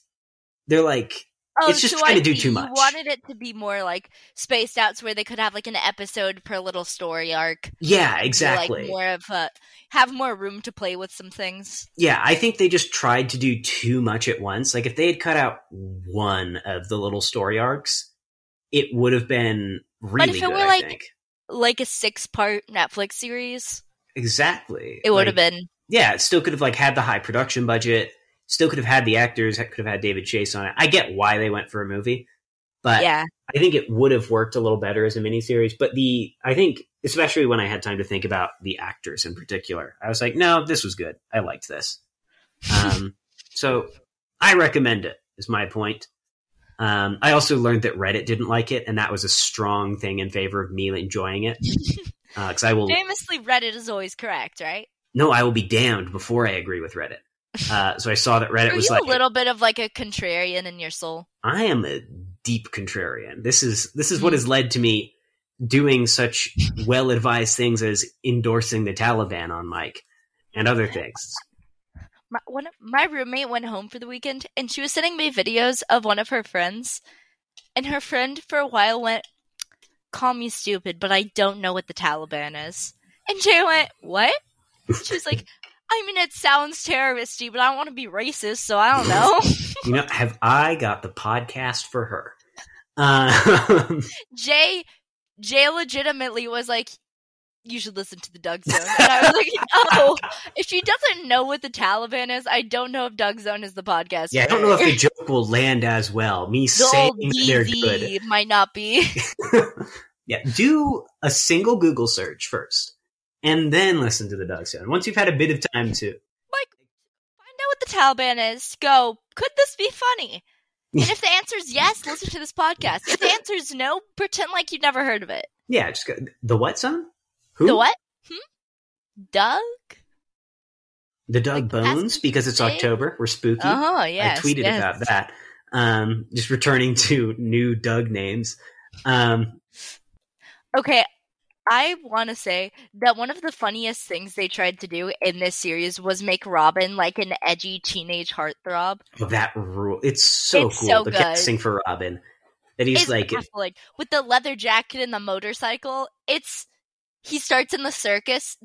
Speaker 2: they're like
Speaker 1: Oh,
Speaker 2: it's just
Speaker 1: so
Speaker 2: trying
Speaker 1: I
Speaker 2: to do
Speaker 1: see.
Speaker 2: too
Speaker 1: You
Speaker 2: much.
Speaker 1: wanted it to be more like spaced out, so where they could have like an episode per little story arc. to,
Speaker 2: yeah
Speaker 1: Like
Speaker 2: exactly
Speaker 1: more of a have more room to play with some things.
Speaker 2: yeah I think they just tried to do too much at once. Like if they had cut out one of the little story arcs, it would have been really
Speaker 1: if it
Speaker 2: good.
Speaker 1: were,
Speaker 2: I
Speaker 1: like,
Speaker 2: think
Speaker 1: Like a six part Netflix series,
Speaker 2: exactly
Speaker 1: it would
Speaker 2: Like,
Speaker 1: have been.
Speaker 2: yeah, it still could have like had the high production budget, still could have had the actors, could have had David Chase on it. I get why they went for a movie, but
Speaker 1: yeah.
Speaker 2: I think it would have worked a little better as a miniseries. But the I think especially when I had time to think about the actors in particular, I was like, no, this was good. I liked this. Um, so I recommend it. Is my point. Um, I also learned that Reddit didn't like it, and that was a strong thing in favor of me enjoying it. Because I will
Speaker 1: Famously, Reddit is always correct, right?
Speaker 2: no, I will be damned before I agree with Reddit. Uh, so I saw that Reddit
Speaker 1: Are
Speaker 2: was
Speaker 1: you
Speaker 2: like,
Speaker 1: a little bit of like a contrarian in your soul?
Speaker 2: I am a deep contrarian. This is this is what has led to me doing such well advised things as endorsing the Taliban on mic and other things.
Speaker 1: my, one of, my roommate went home for the weekend and she was sending me videos of one of her friends and her friend for a while went call me stupid but i don't know what the taliban is and jay went what she was like i mean it sounds terroristy but i don't want to be racist so i don't know
Speaker 2: You know, have I got the podcast for her? Uh,
Speaker 1: jay jay legitimately was like you should listen to the Doug Zone. And I was like, no. If she doesn't know what the Taliban is, I don't know if Doug Zone is the podcast.
Speaker 2: yeah, I
Speaker 1: for
Speaker 2: don't know
Speaker 1: her."
Speaker 2: if the joke will land as well. Me
Speaker 1: the
Speaker 2: saying
Speaker 1: old
Speaker 2: that they're good.
Speaker 1: DZ might not be.
Speaker 2: Yeah, do a single Google search first, and then listen to the Doug Sound. Once you've had a bit of time to,
Speaker 1: Find out what the Taliban is. Go. Could this be funny? And if the answer is yes, listen to this podcast. If the answer is no, pretend like you've never heard of it.
Speaker 2: yeah, just go. The what song? Who?
Speaker 1: The what? Hmm? Doug?
Speaker 2: the dog
Speaker 1: Like the past
Speaker 2: bones because it's
Speaker 1: day?
Speaker 2: October. We're spooky.
Speaker 1: Uh huh. Yes.
Speaker 2: I tweeted
Speaker 1: yes.
Speaker 2: about that. Um, just returning to new Doug names. Um,
Speaker 1: Okay, I want to say that one of the funniest things they tried to do in this series was make Robin like an edgy teenage heartthrob.
Speaker 2: oh, that rule. It's so
Speaker 1: It's
Speaker 2: cool.
Speaker 1: so
Speaker 2: the
Speaker 1: good.
Speaker 2: casting for Robin. That he's
Speaker 1: It's
Speaker 2: like,
Speaker 1: baffling. with the leather jacket and the motorcycle. It's he starts in the circus.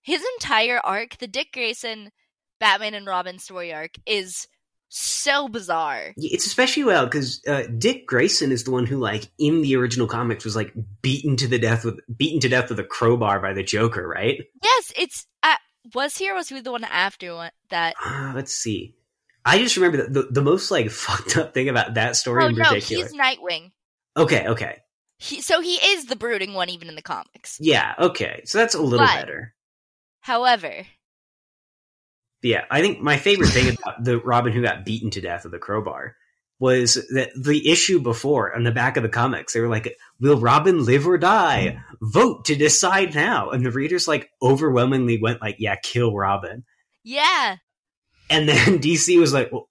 Speaker 1: His entire arc, the Dick Grayson Batman and Robin story arc, is so bizarre.
Speaker 2: it's especially well because uh, Dick Grayson is the one who, like, in the original comics, was like beaten to the death with beaten to death with a crowbar by the Joker, right?
Speaker 1: Yes, it's uh, was he or was he the one after one, that?
Speaker 2: Ah, let's see. I just remember that the, the most like fucked up thing about that story
Speaker 1: Oh
Speaker 2: in
Speaker 1: no,
Speaker 2: particular.
Speaker 1: he's Nightwing.
Speaker 2: Okay, okay,
Speaker 1: He, so he is the brooding one, even in the comics.
Speaker 2: yeah, okay. So that's a little
Speaker 1: But-
Speaker 2: better.
Speaker 1: However,
Speaker 2: Yeah, I think my favorite thing about the Robin who got beaten to death with a crowbar was that the issue before on the back of the comics they were like, "Will Robin live or die? Vote to decide now." And the readers like overwhelmingly went like, "Yeah, kill Robin."
Speaker 1: yeah,
Speaker 2: And then DC was like, "Well,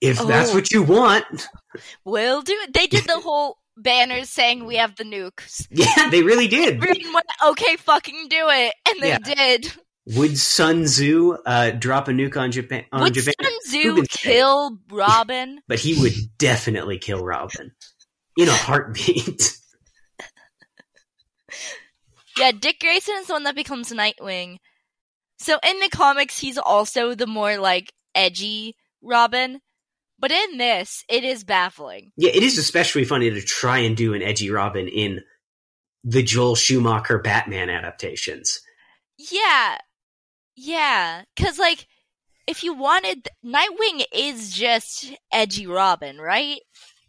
Speaker 2: if that's
Speaker 1: Oh.
Speaker 2: what you want,
Speaker 1: we'll do it. They did the whole banners saying we have the nukes.
Speaker 2: yeah, they really did."
Speaker 1: Everyone went, okay, fucking do it, and they
Speaker 2: Yeah.
Speaker 1: did.
Speaker 2: Would Sun Tzu uh, drop a nuke on Japan? On
Speaker 1: Would
Speaker 2: Japan,
Speaker 1: Sun Tzu
Speaker 2: Rubenstein.
Speaker 1: kill Robin?
Speaker 2: but he would definitely kill Robin in a heartbeat.
Speaker 1: yeah, Dick Grayson is the one that becomes Nightwing. So in the comics, he's also the more like edgy Robin, but in this, it is baffling.
Speaker 2: yeah, it is especially funny to try and do an edgy Robin in the Joel Schumacher Batman adaptations.
Speaker 1: Yeah, yeah, because like if you wanted, Nightwing is just edgy Robin, right?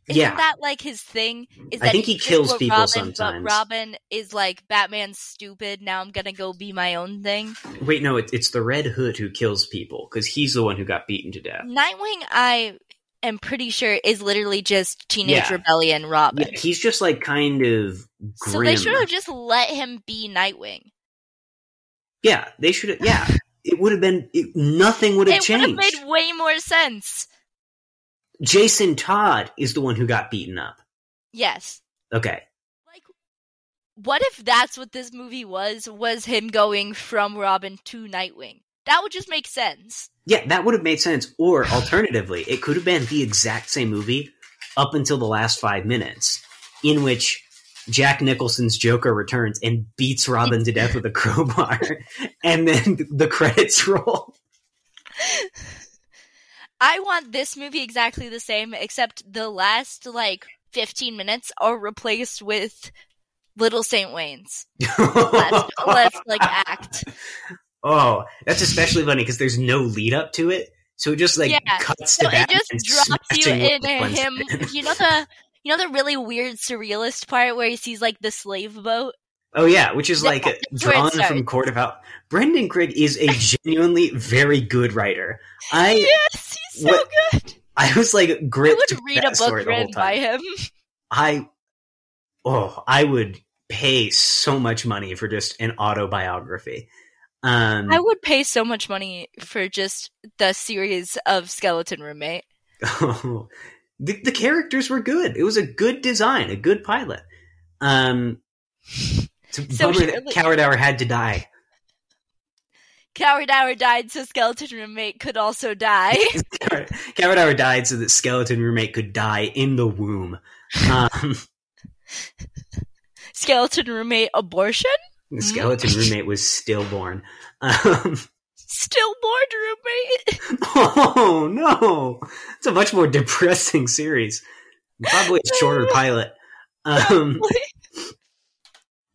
Speaker 1: Isn't
Speaker 2: yeah,
Speaker 1: that like his thing? Is
Speaker 2: I
Speaker 1: that
Speaker 2: think he
Speaker 1: did
Speaker 2: kills
Speaker 1: what
Speaker 2: people
Speaker 1: Robin,
Speaker 2: sometimes.
Speaker 1: But Robin is like Batman's stupid. Now I'm gonna go be my own thing.
Speaker 2: wait, no, it, it's the Red Hood who kills people because he's the one who got beaten to death.
Speaker 1: Nightwing, I am pretty sure is literally just teenage
Speaker 2: Yeah.
Speaker 1: rebellion Robin.
Speaker 2: Yeah, he's just like kind of grim.
Speaker 1: So they should have just let him be Nightwing.
Speaker 2: yeah, they should. have Yeah, it would have been it, nothing would have
Speaker 1: It would
Speaker 2: changed.
Speaker 1: have made way more sense.
Speaker 2: Jason Todd is the one who got beaten up.
Speaker 1: Yes.
Speaker 2: Okay,
Speaker 1: Like, what if that's what this movie was? Was him going from Robin to Nightwing? That would just make sense.
Speaker 2: Yeah, that would have made sense. Or alternatively, it could have been the exact same movie up until the last five minutes, in which Jack Nicholson's Joker returns and beats Robin to death with a crowbar, and then the credits roll.
Speaker 1: I want this movie exactly the same, except the last like 15 minutes are replaced with Little Saint Wayne's last, last like act.
Speaker 2: oh, that's especially funny because there's no lead up to it, so it just like
Speaker 1: Yeah,
Speaker 2: cuts
Speaker 1: So
Speaker 2: to
Speaker 1: it
Speaker 2: that.
Speaker 1: just drops you in him. You know the you know the really weird surrealist part where he sees like the slave boat.
Speaker 2: Oh yeah, which is
Speaker 1: Yeah,
Speaker 2: like
Speaker 1: that's where it
Speaker 2: drawn
Speaker 1: starts.
Speaker 2: from Court of Out. Brendan Craig is a genuinely very good writer. I
Speaker 1: yes, he's so
Speaker 2: What-
Speaker 1: good.
Speaker 2: I was like
Speaker 1: I
Speaker 2: gripped.
Speaker 1: would
Speaker 2: with
Speaker 1: read
Speaker 2: that
Speaker 1: a
Speaker 2: story
Speaker 1: book
Speaker 2: the whole
Speaker 1: written by
Speaker 2: time.
Speaker 1: him.
Speaker 2: I oh, I would pay so much money for just an autobiography. Um,
Speaker 1: I would pay so much money for just the series of Skeleton Roommate.
Speaker 2: oh, the, the characters were good. It was a good design, a good pilot. Um, it's a
Speaker 1: So
Speaker 2: bummer
Speaker 1: really-
Speaker 2: that Coward Hour had to die.
Speaker 1: Coward Hour died, so Skeleton Roommate could also die.
Speaker 2: Coward Hour died so that Skeleton Roommate could die in the womb. Um,
Speaker 1: skeleton roommate abortion,
Speaker 2: the Skeleton Roommate was stillborn. Um,
Speaker 1: stillborn roommate.
Speaker 2: Oh no! It's a much more depressing series. Probably a shorter pilot. Um,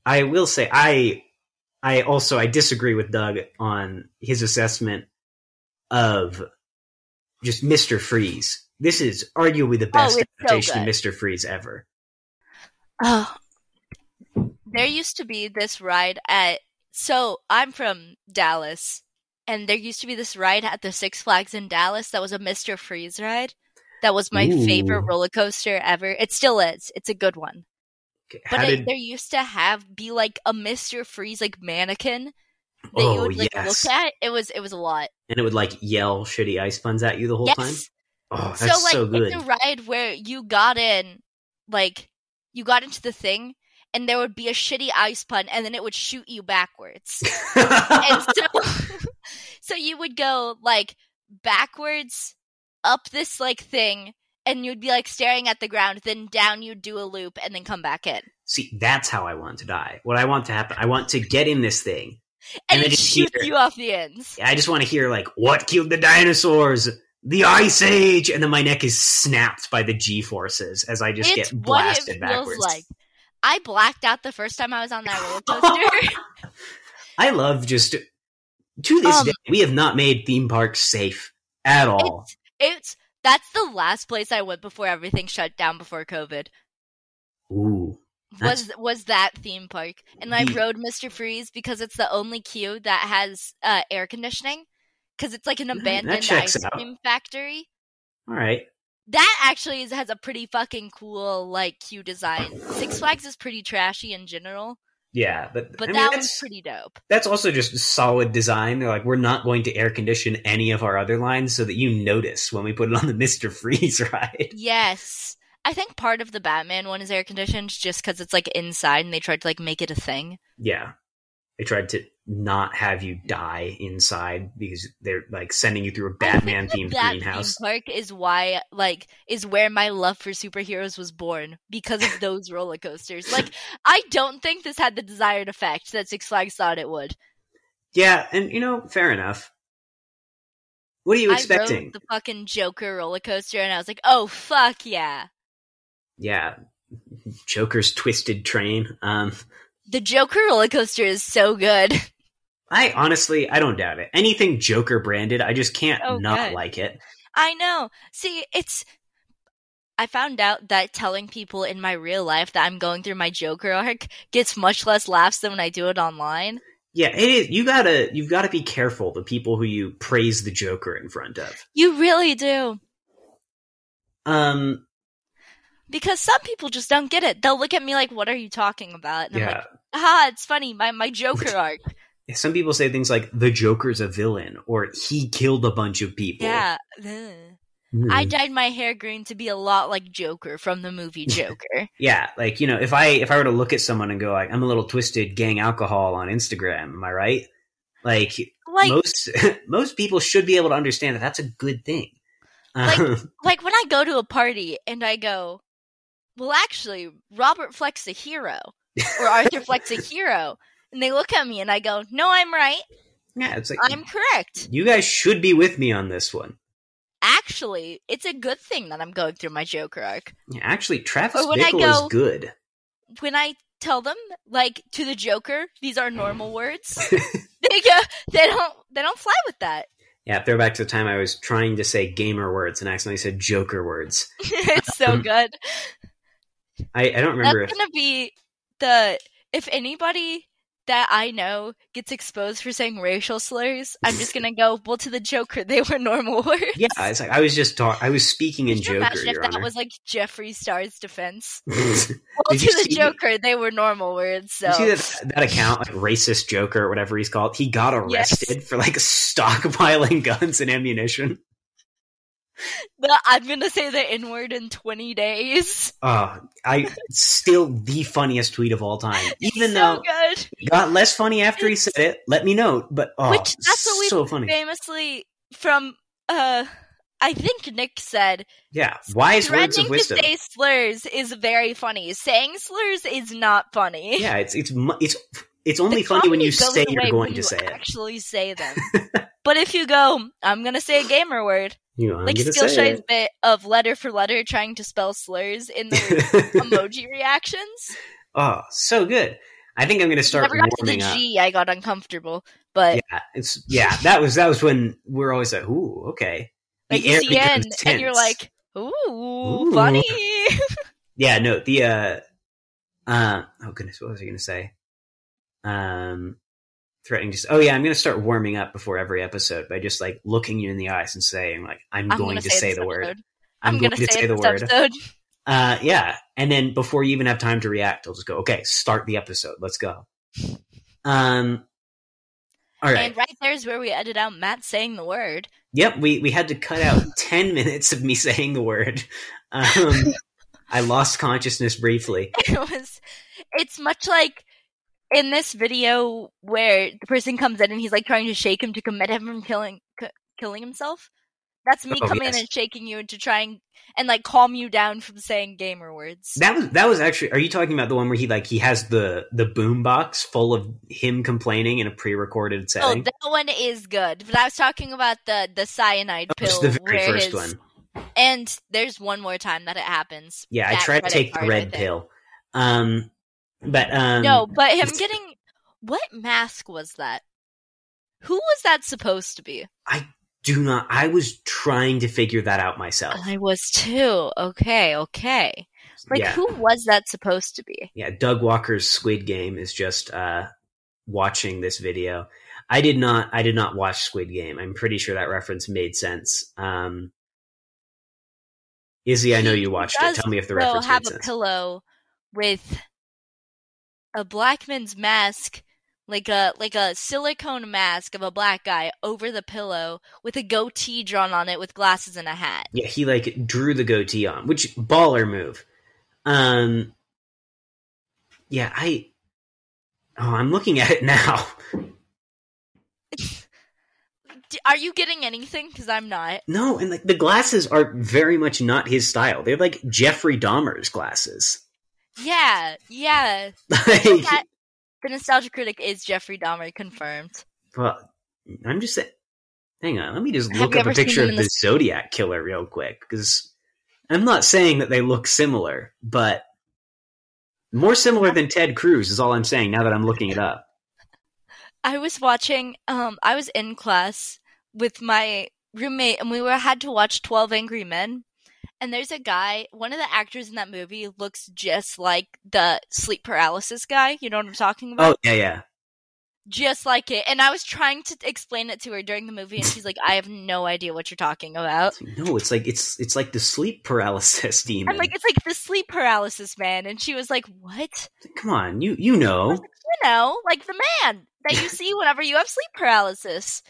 Speaker 2: I will say I I also I disagree with Doug on his assessment of just Mister Freeze. This is arguably the best
Speaker 1: Oh, it's so
Speaker 2: adaptation of
Speaker 1: good.
Speaker 2: Mister Freeze ever.
Speaker 1: oh. There used to be this ride at. So I'm from Dallas, and there used to be this ride at the Six Flags in Dallas that was a Mr. Freeze ride. That was my
Speaker 2: Ooh.
Speaker 1: favorite roller coaster ever. It still is. It's a good one.
Speaker 2: How
Speaker 1: But it,
Speaker 2: did
Speaker 1: there used to have be like a Mr. Freeze like mannequin that you
Speaker 2: Oh,
Speaker 1: would like
Speaker 2: yes.
Speaker 1: look at. It was it was a lot.
Speaker 2: and it would like yell shitty ice buns at you the whole
Speaker 1: yes.
Speaker 2: time. Oh, that's
Speaker 1: so
Speaker 2: so,
Speaker 1: like
Speaker 2: good.
Speaker 1: it's a ride where you got in, like you got into the thing, and there would be a shitty ice pun, and then it would shoot you backwards. and so, so you would go like backwards up this like thing, and you'd be like staring at the ground. Then down, you'd do a loop, and then come back in.
Speaker 2: See, that's how I want to die. What I want to happen, I want to get in this thing. And
Speaker 1: And,
Speaker 2: then
Speaker 1: it
Speaker 2: just
Speaker 1: shoots
Speaker 2: hear-
Speaker 1: you off the ends.
Speaker 2: I just want to hear like, what killed the dinosaurs? The Ice Age, and then my neck is snapped by the G forces as I just
Speaker 1: it's what
Speaker 2: get
Speaker 1: it
Speaker 2: blasted
Speaker 1: feels
Speaker 2: backwards.
Speaker 1: like. I blacked out the first time I was on that roller coaster.
Speaker 2: I love just to this
Speaker 1: Um,
Speaker 2: day we have not made theme parks safe at all.
Speaker 1: it's, it's that's the last place I went before everything shut down before COVID.
Speaker 2: Ooh,
Speaker 1: was was that theme park, and I
Speaker 2: The-
Speaker 1: rode Mister Freeze because it's the only queue that has uh, air conditioning because it's like an
Speaker 2: That- that
Speaker 1: abandoned
Speaker 2: checks
Speaker 1: ice
Speaker 2: out.
Speaker 1: cream factory.
Speaker 2: all right.
Speaker 1: That actually is, has a pretty fucking cool like queue design. Six Flags is pretty trashy in general,
Speaker 2: Yeah, but,
Speaker 1: but
Speaker 2: I mean,
Speaker 1: that one's
Speaker 2: that's,
Speaker 1: pretty dope.
Speaker 2: that's also just solid design. They're like, we're not going to air condition any of our other lines so that you notice when we put it on the Mister Freeze ride.
Speaker 1: Yes. I think part of the Batman one is air conditioned just because it's like inside and they tried to like make it a thing.
Speaker 2: Yeah, they tried to not have you die inside because they're like sending you through a Batman
Speaker 1: I think
Speaker 2: themed
Speaker 1: that that
Speaker 2: greenhouse.
Speaker 1: Theme park is why like is where my love for superheroes was born because of those roller coasters. Like I don't think this had the desired effect that Six Flags thought it would.
Speaker 2: Yeah, and you know, fair enough. What are you
Speaker 1: I
Speaker 2: expecting?
Speaker 1: rode the fucking Joker roller coaster and I was like, "Oh fuck yeah."
Speaker 2: yeah, Joker's twisted train. Um,
Speaker 1: The Joker roller coaster is so good.
Speaker 2: I honestly, I don't doubt it. Anything Joker branded, I just can't
Speaker 1: Oh,
Speaker 2: not
Speaker 1: good.
Speaker 2: like it.
Speaker 1: I know. See, it's. I found out that telling people in my real life that I'm going through my Joker arc gets much less laughs than when I do it online.
Speaker 2: Yeah, it is. You gotta, you've gotta be careful. The people who you praise the Joker in front of.
Speaker 1: You really do.
Speaker 2: Um,
Speaker 1: Because some people just don't get it. They'll look at me like, what are you talking about? And I'm
Speaker 2: yeah.
Speaker 1: like, ah, it's funny. My, my Joker arc.
Speaker 2: Some people say things like the Joker's a villain or he killed a bunch of people.
Speaker 1: Yeah. Ugh.
Speaker 2: Hmm.
Speaker 1: I dyed my hair green to be a lot like Joker from the movie Joker.
Speaker 2: yeah, like you know, if I if I were to look at someone and go like, I'm a little twisted, gang alcohol on Instagram. Am I right? Like,
Speaker 1: like,
Speaker 2: most most people should be able to understand that that's a good thing.
Speaker 1: Like-
Speaker 2: Um,
Speaker 1: like when I go to a party and I go, well, actually, Robert Fleck's a hero or Arthur Fleck's a hero. And they look at me and I go, no, I'm right.
Speaker 2: yeah, it's like
Speaker 1: I'm correct.
Speaker 2: you guys should be with me on this one.
Speaker 1: Actually, it's a good thing that I'm going through my Joker arc.
Speaker 2: Yeah, actually, Travis
Speaker 1: Or when I
Speaker 2: Bickle
Speaker 1: go-
Speaker 2: is good.
Speaker 1: When I tell them, like, to the Joker, these are normal words, they go, they don't, they don't fly with that.
Speaker 2: Yeah, throwback to the time I was trying to say gamer words and accidentally said Joker words.
Speaker 1: it's so
Speaker 2: Um,
Speaker 1: good.
Speaker 2: I, I don't remember.
Speaker 1: That's
Speaker 2: If,
Speaker 1: gonna be the if anybody that I know gets exposed for saying racial slurs, I'm just gonna go well to the Joker. They were normal words.
Speaker 2: yeah, it's like I was just talk- I was speaking in
Speaker 1: Could you
Speaker 2: Joker,
Speaker 1: imagine if
Speaker 2: Your
Speaker 1: that
Speaker 2: Honor.
Speaker 1: was like Jeffree Star's defense?
Speaker 2: Did
Speaker 1: Well,
Speaker 2: Did you
Speaker 1: to the
Speaker 2: see-
Speaker 1: Joker, they were normal words. So
Speaker 2: you see that that account, like racist Joker or whatever he's called, he got
Speaker 1: Yes.
Speaker 2: arrested for like stockpiling guns and ammunition.
Speaker 1: The- I'm gonna say the N word in 20 days.
Speaker 2: Uh, I still the funniest tweet of all time. Even
Speaker 1: so
Speaker 2: though
Speaker 1: good.
Speaker 2: it got less funny after he said it, let me know. But oh,
Speaker 1: Which, that's what we-
Speaker 2: so funny.
Speaker 1: Famously from uh, I think Nick said
Speaker 2: Yeah, wise words
Speaker 1: threatening
Speaker 2: of
Speaker 1: to
Speaker 2: wisdom.
Speaker 1: say slurs is very funny. Saying slurs is not funny.
Speaker 2: Yeah, it's it's mu- it's it's only
Speaker 1: The
Speaker 2: funny when you
Speaker 1: comedy goes
Speaker 2: say
Speaker 1: away
Speaker 2: you're
Speaker 1: when
Speaker 2: going
Speaker 1: you
Speaker 2: to say it.
Speaker 1: Actually, say them. but if you go, I'm gonna say a gamer word,
Speaker 2: You know, I'm
Speaker 1: like
Speaker 2: gonna say
Speaker 1: Skillshare's bit of letter for letter trying to spell slurs in the
Speaker 2: it.
Speaker 1: emoji reactions.
Speaker 2: oh, so good. I think I'm gonna start
Speaker 1: Never got to the
Speaker 2: warming up.
Speaker 1: G, I got uncomfortable. But
Speaker 2: Yeah, it's yeah. That was that was when we're always like, ooh, okay. The
Speaker 1: like you
Speaker 2: air
Speaker 1: see
Speaker 2: becomes
Speaker 1: N, and you're
Speaker 2: tense.
Speaker 1: like, ooh,
Speaker 2: Ooh.
Speaker 1: funny.
Speaker 2: yeah, no, the uh uh oh goodness, what was I gonna say? Um threatening just oh yeah, I'm gonna start warming up before every episode by just like looking you in the eyes and saying like I'm,
Speaker 1: I'm
Speaker 2: going
Speaker 1: gonna
Speaker 2: to say
Speaker 1: this
Speaker 2: the word.
Speaker 1: episode. I'm,
Speaker 2: going
Speaker 1: gonna, say, it this episode.
Speaker 2: Uh yeah. And then before you even have time to react, I'll just go, okay, start the episode. Let's go. Um All right.
Speaker 1: And right there is where we edit out Matt saying the word.
Speaker 2: Yep, we, we had to cut out 10 minutes of me saying the word. Um, I lost consciousness briefly.
Speaker 1: It was. It's much like in this video where the person comes in and he's like trying to shake him to commit him from killing c- killing himself. That's me
Speaker 2: Oh,
Speaker 1: coming
Speaker 2: yes.
Speaker 1: in and shaking you to try and, and like calm you down from saying gamer words.
Speaker 2: That was that was actually are you talking about the one where he like he has the the boom box full of him complaining in a pre-recorded
Speaker 1: oh,
Speaker 2: setting?
Speaker 1: that one is good. But I was talking about the the cyanide
Speaker 2: That was
Speaker 1: pill.
Speaker 2: the very
Speaker 1: where
Speaker 2: first
Speaker 1: his-
Speaker 2: one.
Speaker 1: And there's one more time that it happens.
Speaker 2: Yeah, I
Speaker 1: That
Speaker 2: tried to
Speaker 1: credit
Speaker 2: take the
Speaker 1: card, I
Speaker 2: red
Speaker 1: think.
Speaker 2: pill. Um but um
Speaker 1: no, but him
Speaker 2: it's-
Speaker 1: getting what mask was that? Who was that supposed to be?
Speaker 2: do not I was trying to figure that out myself.
Speaker 1: I was too. Okay, okay. Like
Speaker 2: yeah.
Speaker 1: who was that supposed to be?
Speaker 2: yeah, Doug Walker's Squid Game is just uh, watching this video. I did not. I did not watch Squid Game. I'm pretty sure that reference made sense. Um, Izzy, I know you watched it.
Speaker 1: does
Speaker 2: Tell me if the
Speaker 1: So
Speaker 2: reference
Speaker 1: have
Speaker 2: made
Speaker 1: a
Speaker 2: sense.
Speaker 1: pillow with a black man's mask, like a like a silicone mask of a black guy over the pillow with a goatee drawn on it with glasses and a hat.
Speaker 2: Yeah, he like drew the goatee on, which baller move. Um, yeah, I. Oh, I'm looking at it now.
Speaker 1: D- Are you getting anything? Because I'm not.
Speaker 2: No, and like the glasses are very much not his style. They're like Jeffrey Dahmer's glasses.
Speaker 1: Yeah, yeah.
Speaker 2: Like,
Speaker 1: That- the nostalgia critic is Jeffrey Dahmer confirmed.
Speaker 2: Well, I'm just saying. Hang on, let me just
Speaker 1: Have
Speaker 2: look
Speaker 1: you
Speaker 2: up a
Speaker 1: ever seen
Speaker 2: picture
Speaker 1: them
Speaker 2: of
Speaker 1: in
Speaker 2: the
Speaker 1: this-
Speaker 2: Zodiac killer real quick because I'm not saying that they look similar, but more similar than Ted Cruz is all I'm saying. Now that I'm looking it up,
Speaker 1: I was watching. Um, I was in class with my roommate, and we were had to watch Twelve Angry Men. And there's a guy. One of the actors in that movie looks just like the sleep paralysis guy. You know what I'm talking about?
Speaker 2: oh yeah, yeah,
Speaker 1: Just like it. And I was trying to explain it to her during the movie, and she's like, "I have no idea what you're talking about."
Speaker 2: no, it's like it's it's like the sleep paralysis demon.
Speaker 1: I'm like, "It's like the sleep paralysis man," and she was like, "What?"
Speaker 2: Come on, you you know,
Speaker 1: You know, like the man that you see whenever you have sleep paralysis.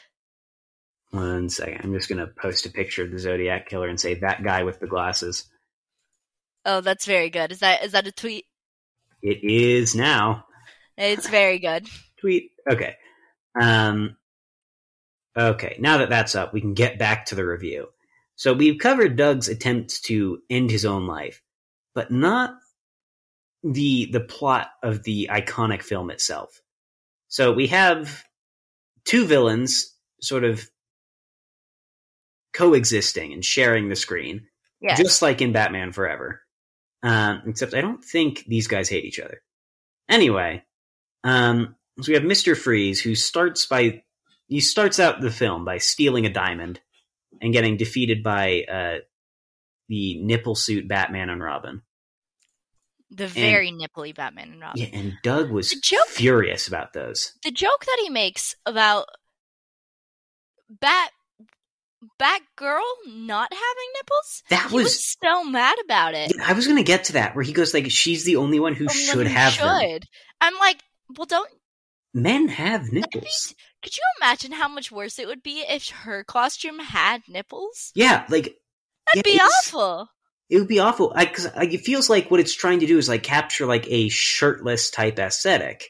Speaker 2: One second, I'm just gonna post a picture of the Zodiac killer and say that guy with the glasses.
Speaker 1: Oh, that's very good. Is that is that a tweet?
Speaker 2: It is now.
Speaker 1: It's very good.
Speaker 2: tweet. Okay. Um, okay. Now that that's up, we can get back to the review. So we've covered Doug's attempts to end his own life, but not the the plot of the iconic film itself. So we have two villains sort of coexisting and sharing the screen,
Speaker 1: Yeah.
Speaker 2: just like in Batman Forever. Um, except I don't think these guys hate each other. Anyway, um, so we have Mister Freeze, who starts by he starts out the film by stealing a diamond and getting defeated by uh, the nipple suit Batman and Robin.
Speaker 1: the very nipply Batman and Robin.
Speaker 2: Yeah, and Doug was
Speaker 1: The joke-
Speaker 2: furious about those.
Speaker 1: The joke that he makes about Bat Batgirl not having nipples.
Speaker 2: That
Speaker 1: He was,
Speaker 2: was.
Speaker 1: so mad about it.
Speaker 2: I was gonna get to that where he goes like, "She's the only one who
Speaker 1: Someone
Speaker 2: should have them.
Speaker 1: should. I'm like, well, don't.
Speaker 2: Men have
Speaker 1: That'd be,
Speaker 2: nipples.
Speaker 1: could you imagine how much worse it would be if her costume had nipples?
Speaker 2: Yeah, like
Speaker 1: That'd
Speaker 2: Yeah,
Speaker 1: be
Speaker 2: it's-
Speaker 1: awful.
Speaker 2: it would be awful because it feels like what it's trying to do is like capture like a shirtless type aesthetic.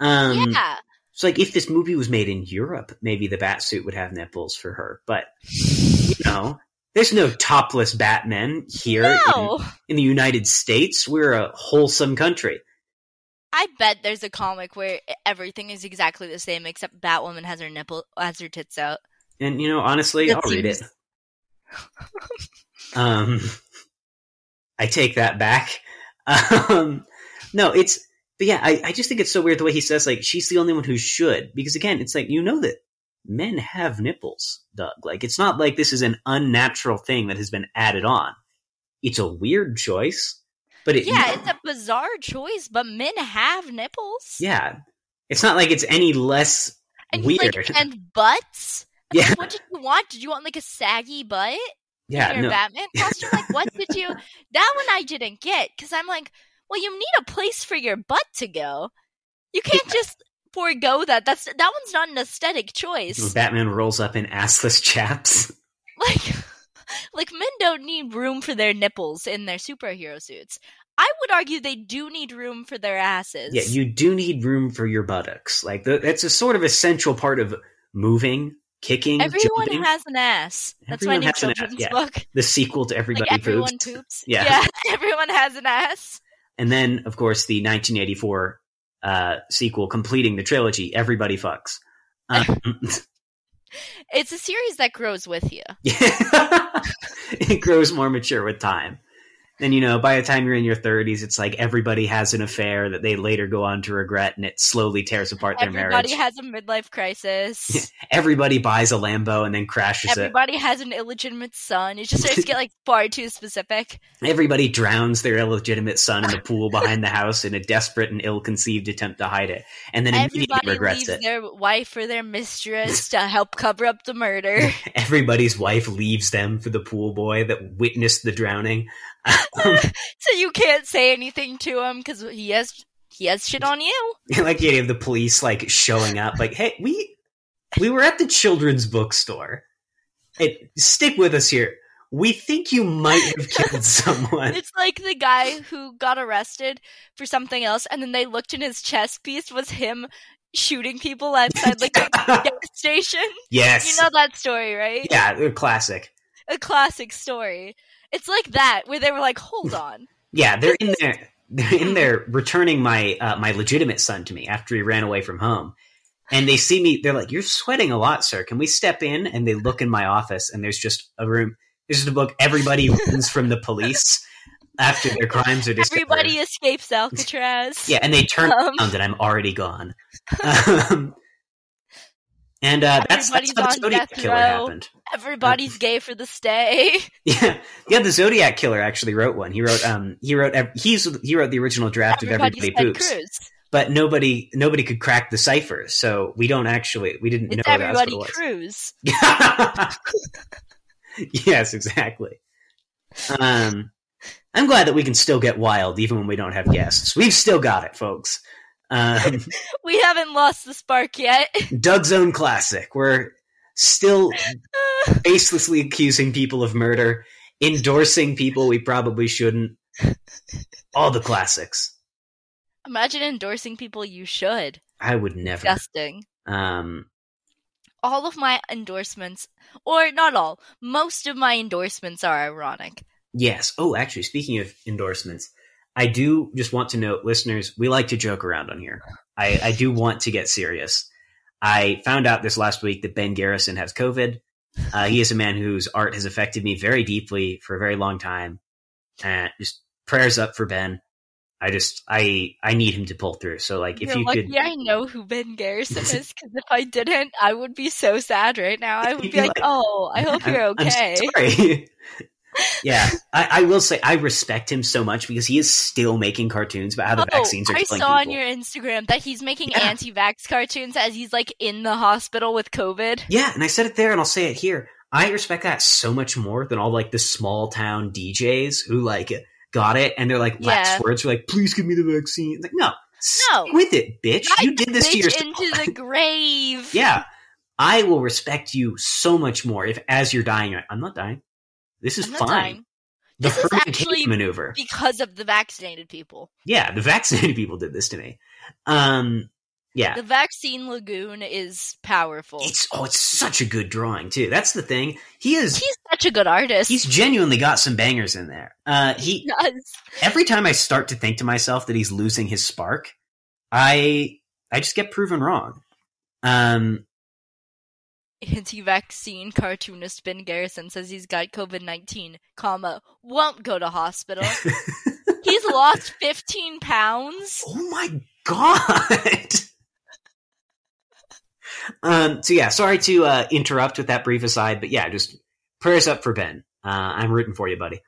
Speaker 2: Um,
Speaker 1: yeah.
Speaker 2: So like if this movie was made in Europe, maybe the bat suit would have nipples for her. But you know, there's no topless Batman here
Speaker 1: No.
Speaker 2: in, in the United States. We're a wholesome country.
Speaker 1: I bet there's a comic where everything is exactly the same except Batwoman has her nipple has her tits out.
Speaker 2: And you know, honestly,
Speaker 1: That
Speaker 2: I'll read it.
Speaker 1: seems-
Speaker 2: um I take that back. Um no, it's but yeah, I, I just think it's so weird the way he says like she's the only one who should, because again, it's like you know that men have nipples, Doug. Like it's not like this is an unnatural thing that has been added on. It's a weird choice, but it
Speaker 1: yeah, it's a bizarre choice, but men have nipples.
Speaker 2: yeah. It's not like it's any less
Speaker 1: and he's
Speaker 2: weird.
Speaker 1: like and butts. I'm
Speaker 2: Yeah.
Speaker 1: Like, what did you want? Did you want like a saggy butt in
Speaker 2: yeah,
Speaker 1: your
Speaker 2: no.
Speaker 1: Batman costume? Like, what did you? That one I didn't get because I'm like, well, you need a place for your butt to go. You can't just forego that. That's that one's not an aesthetic choice.
Speaker 2: Batman rolls up in assless chaps.
Speaker 1: Like, like men don't need room for their nipples in their superhero suits. I would argue they do need room for their asses.
Speaker 2: Yeah, you do need room for your buttocks. Like th- that's a sort of essential part of moving, kicking.
Speaker 1: Everyone
Speaker 2: jumping.
Speaker 1: has an ass. That's
Speaker 2: Everyone
Speaker 1: my new
Speaker 2: has an ass,
Speaker 1: children's
Speaker 2: yeah.
Speaker 1: book.
Speaker 2: the sequel to Everybody
Speaker 1: like everyone
Speaker 2: Poops.
Speaker 1: poops.
Speaker 2: Yeah.
Speaker 1: everyone has an ass.
Speaker 2: And then, of course, the 1984 uh, sequel completing the trilogy, Everybody Fucks. Um,
Speaker 1: It's a series that grows with you.
Speaker 2: Yeah. it grows more mature with time. And you know, by the time you're in your 30s, it's like everybody has an affair that they later go on to regret, and it slowly tears apart their
Speaker 1: Everybody
Speaker 2: marriage.
Speaker 1: has a midlife crisis.
Speaker 2: everybody buys a Lambo and then crashes
Speaker 1: Everybody has an illegitimate son. It just starts to get like far too specific.
Speaker 2: it. Everybody drowns their illegitimate son in the pool behind the house in a desperate and ill-conceived attempt to hide it, and then immediately
Speaker 1: Everybody
Speaker 2: regrets
Speaker 1: leaves
Speaker 2: it.
Speaker 1: their wife or their mistress to help cover up the murder.
Speaker 2: Everybody's wife leaves them for the pool boy that witnessed the drowning.
Speaker 1: so you can't say anything to him because he has he has shit on you.
Speaker 2: like the idea of the police like showing up like hey we we were at the children's bookstore hey, stick with us here we think you might have killed someone
Speaker 1: It's like the guy who got arrested for something else, and then they looked in his chest piece was him shooting people outside like a gas station.
Speaker 2: yes
Speaker 1: You know that story, right?
Speaker 2: yeah they're classic
Speaker 1: A classic story. It's like that where they were like,
Speaker 2: Hmm.
Speaker 1: "Hold on,
Speaker 2: yeah they're in there they're in there returning my uh, my legitimate son to me after he ran away from home and they see me they're like you're sweating a lot sir can we step in and they look in my office and there's just a room there's just a book everybody runs from the police after their crimes are discovered
Speaker 1: everybody escapes Alcatraz."
Speaker 2: Yeah, and they turn
Speaker 1: Um.
Speaker 2: around and I'm already gone. Um, and uh, that's, that's how
Speaker 1: Everybody's
Speaker 2: the
Speaker 1: on
Speaker 2: Zodiac
Speaker 1: death
Speaker 2: Killer
Speaker 1: row.
Speaker 2: happened.
Speaker 1: Everybody's gay for the stay.
Speaker 2: Yeah, yeah. The Zodiac Killer actually wrote one. He wrote, um, he wrote, ev- he's he wrote the original draft
Speaker 1: Everybody's
Speaker 2: of Everybody
Speaker 1: Ted
Speaker 2: Poops,
Speaker 1: Cruz.
Speaker 2: but nobody nobody could crack the cipher, so we don't actually we didn't
Speaker 1: It's
Speaker 2: know that's what
Speaker 1: everybody
Speaker 2: it was.
Speaker 1: Cruz.
Speaker 2: yes, exactly. Um, I'm glad that we can still get wild even when we don't have guests. We've still got it, folks. Um,
Speaker 1: We haven't lost the spark yet.
Speaker 2: Doug's own classic. We're still baselessly accusing people of murder, endorsing people we probably shouldn't. All the classics.
Speaker 1: Imagine endorsing people you should.
Speaker 2: I would never.
Speaker 1: Disgusting.
Speaker 2: Um,
Speaker 1: all of my endorsements, or not all, most of my endorsements are ironic.
Speaker 2: yes. Oh, actually, speaking of endorsements, I do just want to note, listeners, we like to joke around on here. I, I do want to get serious. I found out this last week that Ben Garrison has COVID. Uh, he is a man whose art has affected me very deeply for a very long time. And just prayers up for Ben. I just I I need him to pull through. So like if
Speaker 1: You're
Speaker 2: you
Speaker 1: lucky
Speaker 2: could
Speaker 1: I know who Ben Garrison is, because if I didn't, I would be so sad right now. I would be like, oh, I hope you're
Speaker 2: I'm- I'm
Speaker 1: okay.
Speaker 2: sorry. yeah, I, I will say I respect him so much because he is still making cartoons about how the
Speaker 1: Oh,
Speaker 2: vaccines are
Speaker 1: I
Speaker 2: killing
Speaker 1: saw on
Speaker 2: people.
Speaker 1: your Instagram that he's making
Speaker 2: Yeah.
Speaker 1: anti-vax cartoons as he's like in the hospital with COVID.
Speaker 2: Yeah, and I said it there, and I'll say it here. I respect that so much more than all like the small town DJs who like got it and they're like
Speaker 1: Yeah.
Speaker 2: last words were like, "Please give me the vaccine." It's like, no,
Speaker 1: No.
Speaker 2: stick with it, bitch. you
Speaker 1: Ride
Speaker 2: did
Speaker 1: the
Speaker 2: this to
Speaker 1: bitch
Speaker 2: yourself.
Speaker 1: into the grave.
Speaker 2: yeah, I will respect you so much more if, as you're dying, you're like, I'm not dying. This is
Speaker 1: I'm not
Speaker 2: fine.
Speaker 1: dying.
Speaker 2: The
Speaker 1: This is
Speaker 2: Herman Cain
Speaker 1: actually-
Speaker 2: maneuver.
Speaker 1: Because of the vaccinated people.
Speaker 2: Yeah, the vaccinated people did this to me. Um, yeah,
Speaker 1: The vaccine lagoon is powerful.
Speaker 2: it's oh, it's such a good drawing too. That's the thing. He is.
Speaker 1: He's such a good artist.
Speaker 2: He's genuinely got some bangers in there. Uh,
Speaker 1: He
Speaker 2: he
Speaker 1: does.
Speaker 2: every time I start to think to myself that he's losing his spark, I I just get proven wrong. Um,
Speaker 1: Anti-vaccine cartoonist Ben Garrison says he's got COVID-19, comma, won't go to hospital. he's lost 15 pounds.
Speaker 2: oh my god. um. So yeah, sorry to uh, interrupt with that brief aside, but yeah, just prayers up for Ben. Uh, I'm rooting for you, buddy.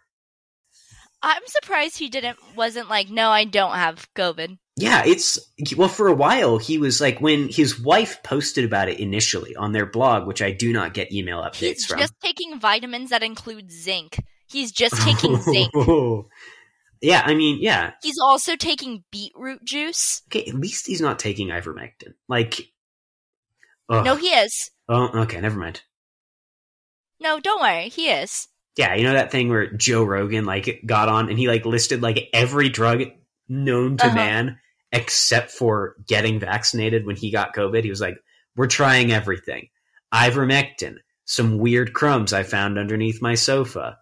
Speaker 1: I'm surprised he didn't wasn't like, "No, I don't have COVID."
Speaker 2: Yeah, it's well for a while he was like when his wife posted about it initially on their blog, which I do not get email updates
Speaker 1: He's
Speaker 2: from.
Speaker 1: just taking vitamins that include zinc. He's just taking zinc.
Speaker 2: Oh. Yeah, I mean, yeah.
Speaker 1: He's also taking beetroot juice.
Speaker 2: Okay, at least he's not taking ivermectin. Like, oh,
Speaker 1: No, he is.
Speaker 2: oh, okay, never mind.
Speaker 1: No, don't worry, he is.
Speaker 2: Yeah, you know that thing where Joe Rogan like got on and he like listed like every drug known to
Speaker 1: Uh-huh.
Speaker 2: man except for getting vaccinated when he got COVID. He was like, "We're trying everything: ivermectin, some weird crumbs I found underneath my sofa."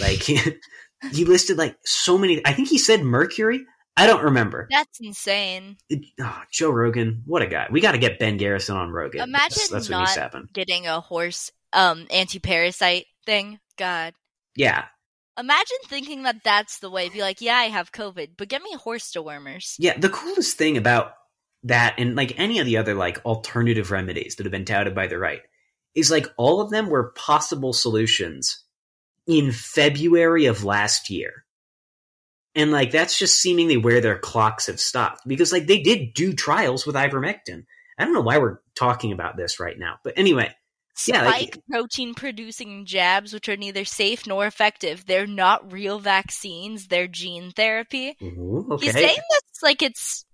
Speaker 2: Like he listed like so many. I think he said mercury. I don't remember.
Speaker 1: That's insane.
Speaker 2: It- oh, Joe Rogan, what a guy! We got to get Ben Garrison on Rogan.
Speaker 1: Imagine
Speaker 2: that's, that's what
Speaker 1: not-
Speaker 2: needs to happen.
Speaker 1: Getting a horse um anti-parasite thing. God.
Speaker 2: Yeah,
Speaker 1: Imagine thinking that that's the way. Be like, yeah, I have COVID, but get me horse dewormers.
Speaker 2: Yeah, the coolest thing about that and like any of the other like alternative remedies that have been touted by the right is like all of them were possible solutions in February of last year. And like that's just seemingly where their clocks have stopped because like they did do trials with ivermectin. I don't know why we're talking about this right now, but anyway, Yeah, like-
Speaker 1: Spike protein producing jabs, which are neither safe nor effective. They're not real vaccines. They're gene therapy.
Speaker 2: ooh, okay.
Speaker 1: He's saying this like it's.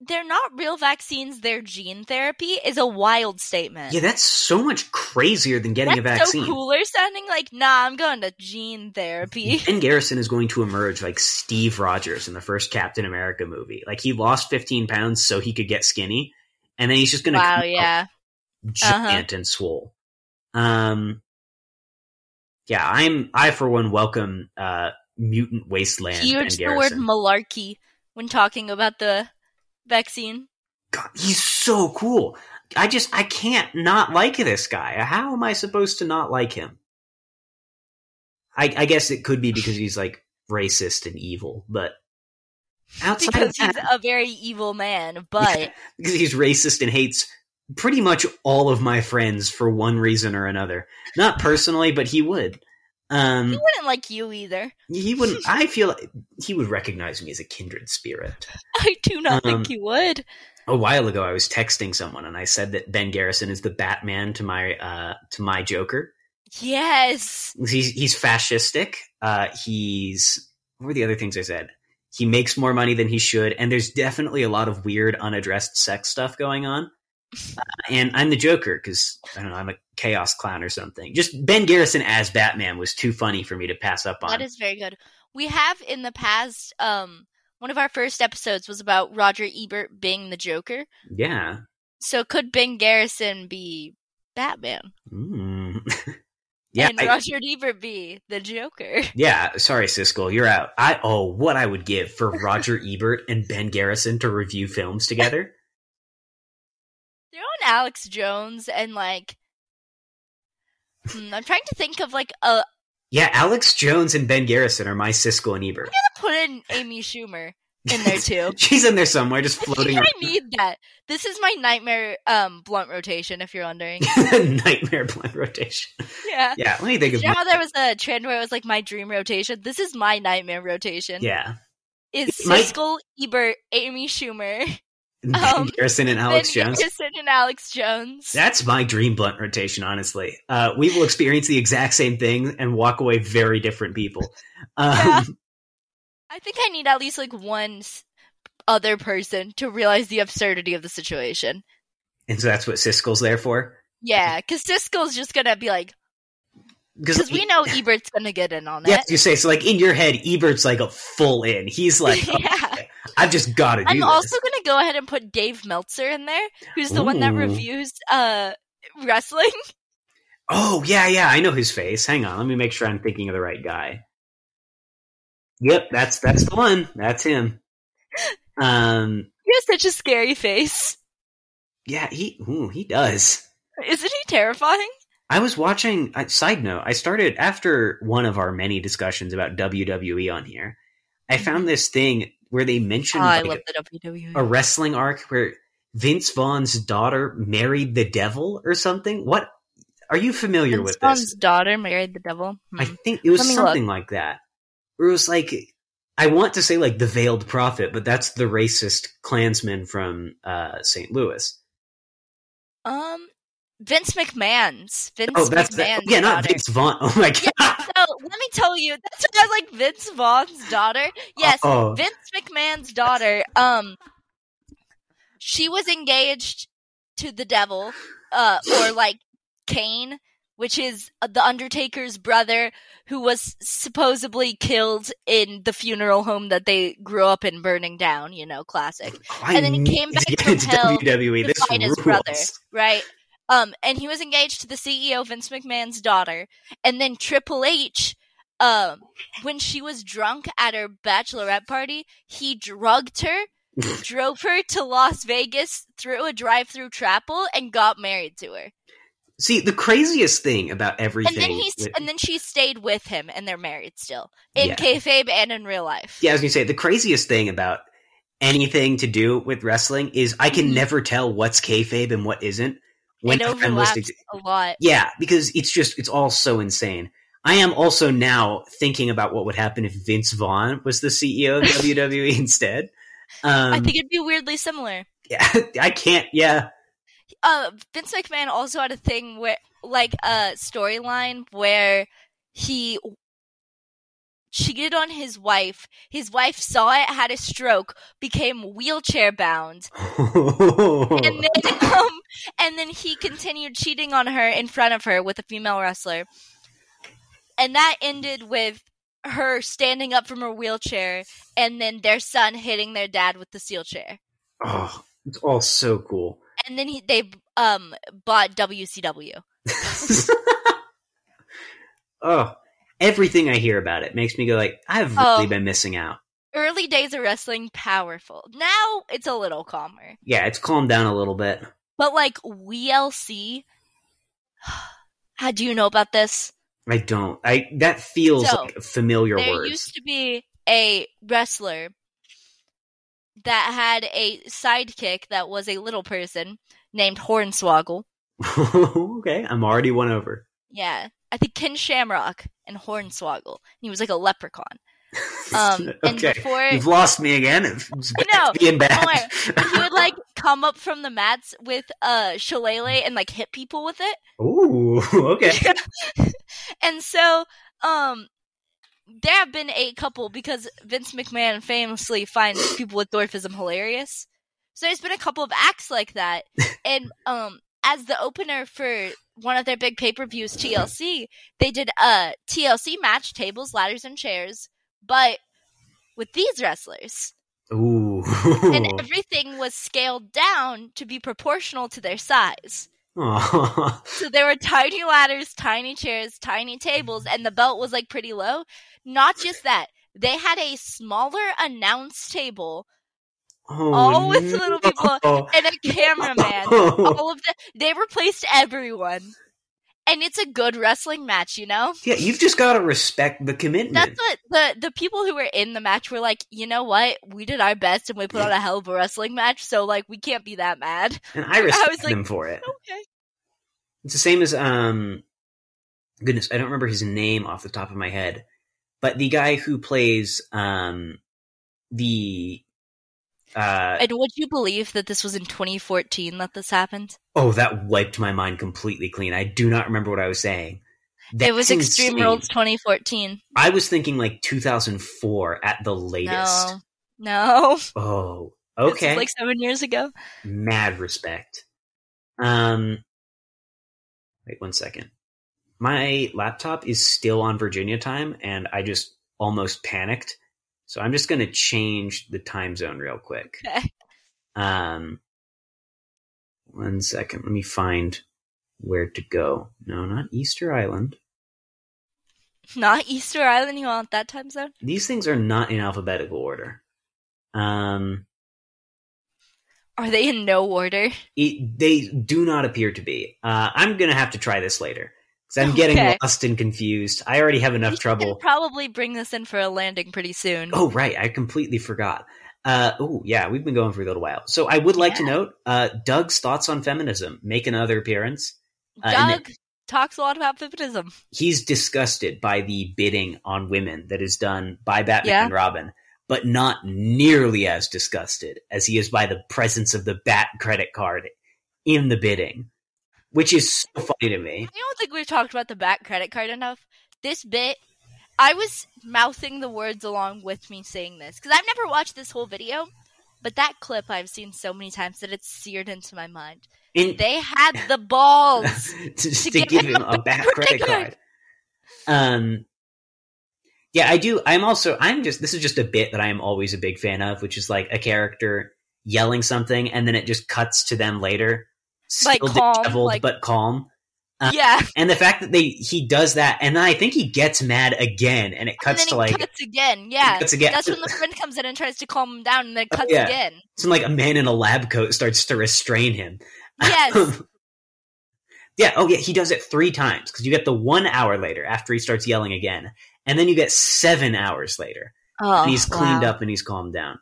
Speaker 1: They're not real vaccines. They're gene therapy is a wild statement.
Speaker 2: yeah, that's so much crazier than getting
Speaker 1: That's
Speaker 2: a vaccine.
Speaker 1: so cooler sounding. Like, nah, I'm going to gene therapy.
Speaker 2: Ben Garrison is going to emerge like Steve Rogers in the first Captain America movie. Like he lost 15 pounds so he could get skinny, and then he's just going to
Speaker 1: wow,
Speaker 2: come out
Speaker 1: yeah. Uh-huh.
Speaker 2: giant and swole. Um, yeah, I'm I for one welcome uh mutant wasteland.
Speaker 1: He
Speaker 2: Ben
Speaker 1: used the word
Speaker 2: Garrison.
Speaker 1: malarkey when talking about the vaccine.
Speaker 2: God, he's so cool. I just I can't not like this guy. How am I supposed to not like him? I, I guess it could be because he's like racist and evil, but outside
Speaker 1: Because
Speaker 2: of that,
Speaker 1: he's a very evil man, but
Speaker 2: because he's racist and hates pretty much all of my friends for one reason or another. Not personally, but he would. Um,
Speaker 1: he wouldn't like you either.
Speaker 2: he wouldn't. I feel like he would recognize me as a kindred spirit.
Speaker 1: I do not
Speaker 2: Um,
Speaker 1: think he would.
Speaker 2: A while ago, I was texting someone and I said that Ben Garrison is the Batman to my uh, to my Joker.
Speaker 1: Yes.
Speaker 2: He's he's fascistic. Uh, he's what were the other things I said? He makes more money than he should, and there's definitely a lot of weird unaddressed sex stuff going on. Uh, and I'm the Joker because I don't know I'm a chaos clown or something. Just Ben Garrison as Batman was too funny for me to pass up on.
Speaker 1: That is very good. We have in the past, um, one of our first episodes was about Roger Ebert being the Joker.
Speaker 2: yeah.
Speaker 1: So could Ben Garrison be Batman?
Speaker 2: Mm. yeah.
Speaker 1: And
Speaker 2: I-
Speaker 1: Roger Ebert be the Joker?
Speaker 2: yeah. Sorry, Siskel, you're out. I oh, what I would give for Roger Ebert and Ben Garrison to review films together.
Speaker 1: They're on Alex Jones and like. Hmm, I'm trying to think of like a.
Speaker 2: Yeah, Alex Jones and Ben Garrison are my Siskel and Ebert.
Speaker 1: Put in Amy Schumer in there too.
Speaker 2: She's in there somewhere, just
Speaker 1: I
Speaker 2: floating
Speaker 1: think I need that. This is my nightmare um, blunt rotation. If you're wondering,
Speaker 2: around. Nightmare plan rotation.
Speaker 1: yeah.
Speaker 2: Yeah, let me think of.
Speaker 1: You know how there was a trend where it was like my dream rotation? This is my nightmare rotation.
Speaker 2: yeah,
Speaker 1: Is
Speaker 2: It might-
Speaker 1: Siskel, Ebert, Amy Schumer,
Speaker 2: Ben
Speaker 1: Um,
Speaker 2: Garrison and Alex
Speaker 1: Ben
Speaker 2: Jones.
Speaker 1: Garrison, and Alex Jones.
Speaker 2: That's my dream blunt rotation, honestly. Uh, we will experience the exact same thing and walk away very different people. Um,
Speaker 1: Yeah. I think I need at least like one s- other person to realize the absurdity of the situation.
Speaker 2: And so that's what Siskel's there for.
Speaker 1: Yeah, because Siskel's just gonna be like, because we know Ebert's gonna get in on
Speaker 2: yes, you say so. Like in your head, Ebert's like a full in. He's
Speaker 1: it.
Speaker 2: like,
Speaker 1: yeah.
Speaker 2: I've just got to do
Speaker 1: I'm
Speaker 2: this.
Speaker 1: also gonna go ahead and put Dave Meltzer in there, who's the one that
Speaker 2: Ooh.
Speaker 1: reviews uh wrestling.
Speaker 2: Oh yeah, yeah, I know his face. Hang on, let me make sure I'm thinking of the right guy. Yep, that's that's the one. That's him. Um,
Speaker 1: He has such a scary face.
Speaker 2: yeah, he ooh, he does.
Speaker 1: Isn't he terrifying?
Speaker 2: I was watching. Uh, side note: I started after one of our many discussions about WWE on here. I found this thing where they mentioned
Speaker 1: Oh, Mm-hmm. I
Speaker 2: like,
Speaker 1: love the E. WWE.
Speaker 2: a wrestling arc where Vince Vaughn's daughter married the devil or something. What are you familiar
Speaker 1: Vince
Speaker 2: with?
Speaker 1: Vaughn's
Speaker 2: this?
Speaker 1: daughter married the devil. Hmm.
Speaker 2: I think it was
Speaker 1: Let me
Speaker 2: something like that. Where it was like I want to say like the veiled prophet, but that's the racist Klansman from uh, St. Louis.
Speaker 1: Um, Vince McMahon's Vince
Speaker 2: Oh, that's
Speaker 1: McMahon's
Speaker 2: that. Oh, yeah, not
Speaker 1: daughter.
Speaker 2: Vince Vaughn. Oh my god,
Speaker 1: Yeah, so let me tell you, that's what I like Vince Vaughn's daughter.
Speaker 2: Uh,
Speaker 1: Yes,
Speaker 2: Uh-oh.
Speaker 1: Vince McMahon's daughter. Um, she was engaged to the devil, uh, or like Cain, which is uh, the Undertaker's brother, who was supposedly killed in the funeral home that they grew up in, burning down. You know, classic.
Speaker 2: I
Speaker 1: and then he
Speaker 2: need
Speaker 1: came
Speaker 2: to
Speaker 1: back
Speaker 2: get
Speaker 1: from
Speaker 2: into
Speaker 1: hell
Speaker 2: WWE.
Speaker 1: to
Speaker 2: This
Speaker 1: fight his
Speaker 2: rules.
Speaker 1: brother. right? Um, and he was engaged to the CEO Vince McMahon's daughter, and then Triple H, um, when she was drunk at her bachelorette party, he drugged her, drove her to Las Vegas through a drive-through chapel, and got married to her.
Speaker 2: See, the craziest thing about everything.
Speaker 1: And then he, s- and then she stayed with him, and they're married still in
Speaker 2: Yeah.
Speaker 1: kayfabe and in real life.
Speaker 2: yeah, I was gonna say the craziest thing about anything to do with wrestling is I can
Speaker 1: Mhm.
Speaker 2: never tell what's kayfabe and what isn't.
Speaker 1: it
Speaker 2: I'm listening
Speaker 1: overlaps
Speaker 2: to-
Speaker 1: a lot.
Speaker 2: yeah, because it's just it's all so insane. I am also now thinking about what would happen if Vince Vaughn was the CEO of WWE instead. Um,
Speaker 1: I think it'd be weirdly similar.
Speaker 2: yeah, I can't. Yeah,
Speaker 1: uh Vince McMahon also had a thing where like a storyline where he cheated on his wife. His wife saw it, had a stroke, became wheelchair bound, and then um, and then he continued cheating on her in front of her with a female wrestler. And that ended with her standing up from her wheelchair and then their son hitting their dad with the steel chair.
Speaker 2: oh, it's all so cool.
Speaker 1: And then he, they um bought WCW.
Speaker 2: oh, everything I hear about it makes me go like, I've really
Speaker 1: Oh.
Speaker 2: been missing out.
Speaker 1: early days of wrestling powerful. Now it's a little calmer.
Speaker 2: Yeah, it's calmed down a little bit.
Speaker 1: But like WLC How do you know about this?
Speaker 2: I don't. I that feels
Speaker 1: So,
Speaker 2: like familiar
Speaker 1: there
Speaker 2: words.
Speaker 1: used to be a wrestler that had a sidekick that was a little person named Hornswoggle.
Speaker 2: okay, I'm already one over.
Speaker 1: Yeah. I think Ken Shamrock and Hornswoggle. He was like a leprechaun. Um and
Speaker 2: okay,
Speaker 1: before
Speaker 2: you've lost me again. It's back
Speaker 1: know.
Speaker 2: to being
Speaker 1: Don't
Speaker 2: bad.
Speaker 1: worry. he would like come up from the mats with a shillelagh and like hit people with it.
Speaker 2: Ooh, okay.
Speaker 1: and so um there have been a couple because Vince McMahon famously finds people with dwarfism hilarious. So there's been a couple of acts like that. And um as the opener for one of their big pay-per-views TLC, they did a TLC match tables, ladders and chairs, but with these wrestlers.
Speaker 2: Ooh,
Speaker 1: And everything was scaled down to be proportional to their size.
Speaker 2: Aw.
Speaker 1: So there were tiny ladders, tiny chairs, tiny tables,
Speaker 2: Mm-hmm.
Speaker 1: and the belt was like pretty low. Not just that, they had a smaller announce table
Speaker 2: Oh,
Speaker 1: All with little people
Speaker 2: no.
Speaker 1: and a cameraman. All of the they replaced everyone. And it's a good wrestling match, you know?
Speaker 2: Yeah, you've just got to respect the commitment.
Speaker 1: That's what the the people who were in the match were like, you know what? We did our best and we put on a hell of a wrestling match, so like we can't be that mad.
Speaker 2: and I respect
Speaker 1: was like,
Speaker 2: them for it.
Speaker 1: Okay.
Speaker 2: It's the same as um goodness, I don't remember his name off the top of my head. But the guy who plays um the uh
Speaker 1: And would you believe that this was in twenty fourteen that this happened?
Speaker 2: oh that wiped my mind completely clean. I do not remember what I was saying.
Speaker 1: it was
Speaker 2: That's
Speaker 1: Extreme
Speaker 2: insane.
Speaker 1: Rules twenty fourteen.
Speaker 2: I was thinking like 2004 at the latest.
Speaker 1: No, no.
Speaker 2: Oh,
Speaker 1: This was
Speaker 2: okay.
Speaker 1: like seven years ago.
Speaker 2: Mad respect. Um, wait one second. My laptop is still on Virginia time, and I just almost panicked. So I'm just going to change the time zone real quick.
Speaker 1: Okay.
Speaker 2: Um, one second. Let me find where to go. No, not Easter Island.
Speaker 1: Not Easter Island. You want that time zone?
Speaker 2: These things are not in alphabetical order. Um,
Speaker 1: Are they in no order?
Speaker 2: it, they do not appear to be. Uh, I'm gonna have to try this later because I'm getting
Speaker 1: Okay.
Speaker 2: lost and confused. I already have
Speaker 1: We
Speaker 2: enough
Speaker 1: should
Speaker 2: trouble.
Speaker 1: probably bring this in for a landing pretty soon.
Speaker 2: Oh right, I completely forgot. Uh, oh yeah, we've been going for a little while. So I would like to note uh, Doug's thoughts on feminism make another appearance. uh, and
Speaker 1: Doug talks a lot about feminism.
Speaker 2: He's disgusted by the bidding on women that is done by Batman
Speaker 1: Yeah.
Speaker 2: and Robin, but not nearly as disgusted as he is by the presence of the Bat credit card in the bidding, which is so funny to me.
Speaker 1: I don't think we've talked about the back credit card enough. This bit I was mouthing the words along with me saying this because I've never watched this whole video, but that clip I've seen so many times that it's seared into my mind.
Speaker 2: And
Speaker 1: They had the balls.
Speaker 2: just
Speaker 1: to
Speaker 2: to,
Speaker 1: give
Speaker 2: give,
Speaker 1: him
Speaker 2: him
Speaker 1: a
Speaker 2: a back
Speaker 1: credit
Speaker 2: credit
Speaker 1: card.
Speaker 2: card. Um, yeah, I do. I'm also. I'm just. This is just a bit that I am always a big fan of, which is like a character yelling something, and then it just cuts to them later, still
Speaker 1: Like calm,
Speaker 2: disheveled
Speaker 1: like-
Speaker 2: but calm. Um,
Speaker 1: yeah,
Speaker 2: And the fact that they he does that, and then I think he gets mad again, and it
Speaker 1: and
Speaker 2: cuts
Speaker 1: then
Speaker 2: to
Speaker 1: it
Speaker 2: like
Speaker 1: cuts again. Yeah,
Speaker 2: cuts again.
Speaker 1: that's when the friend comes in and tries to calm him down, and then it
Speaker 2: Oh,
Speaker 1: cuts
Speaker 2: yeah.
Speaker 1: again.
Speaker 2: it's when, like a man in a lab coat starts to restrain him.
Speaker 1: Yes,
Speaker 2: yeah. Oh, yeah. He does it three times because you get the one hour later after he starts yelling again, and then you get seven hours later.
Speaker 1: oh,
Speaker 2: and he's cleaned
Speaker 1: wow.
Speaker 2: up and he's calmed down.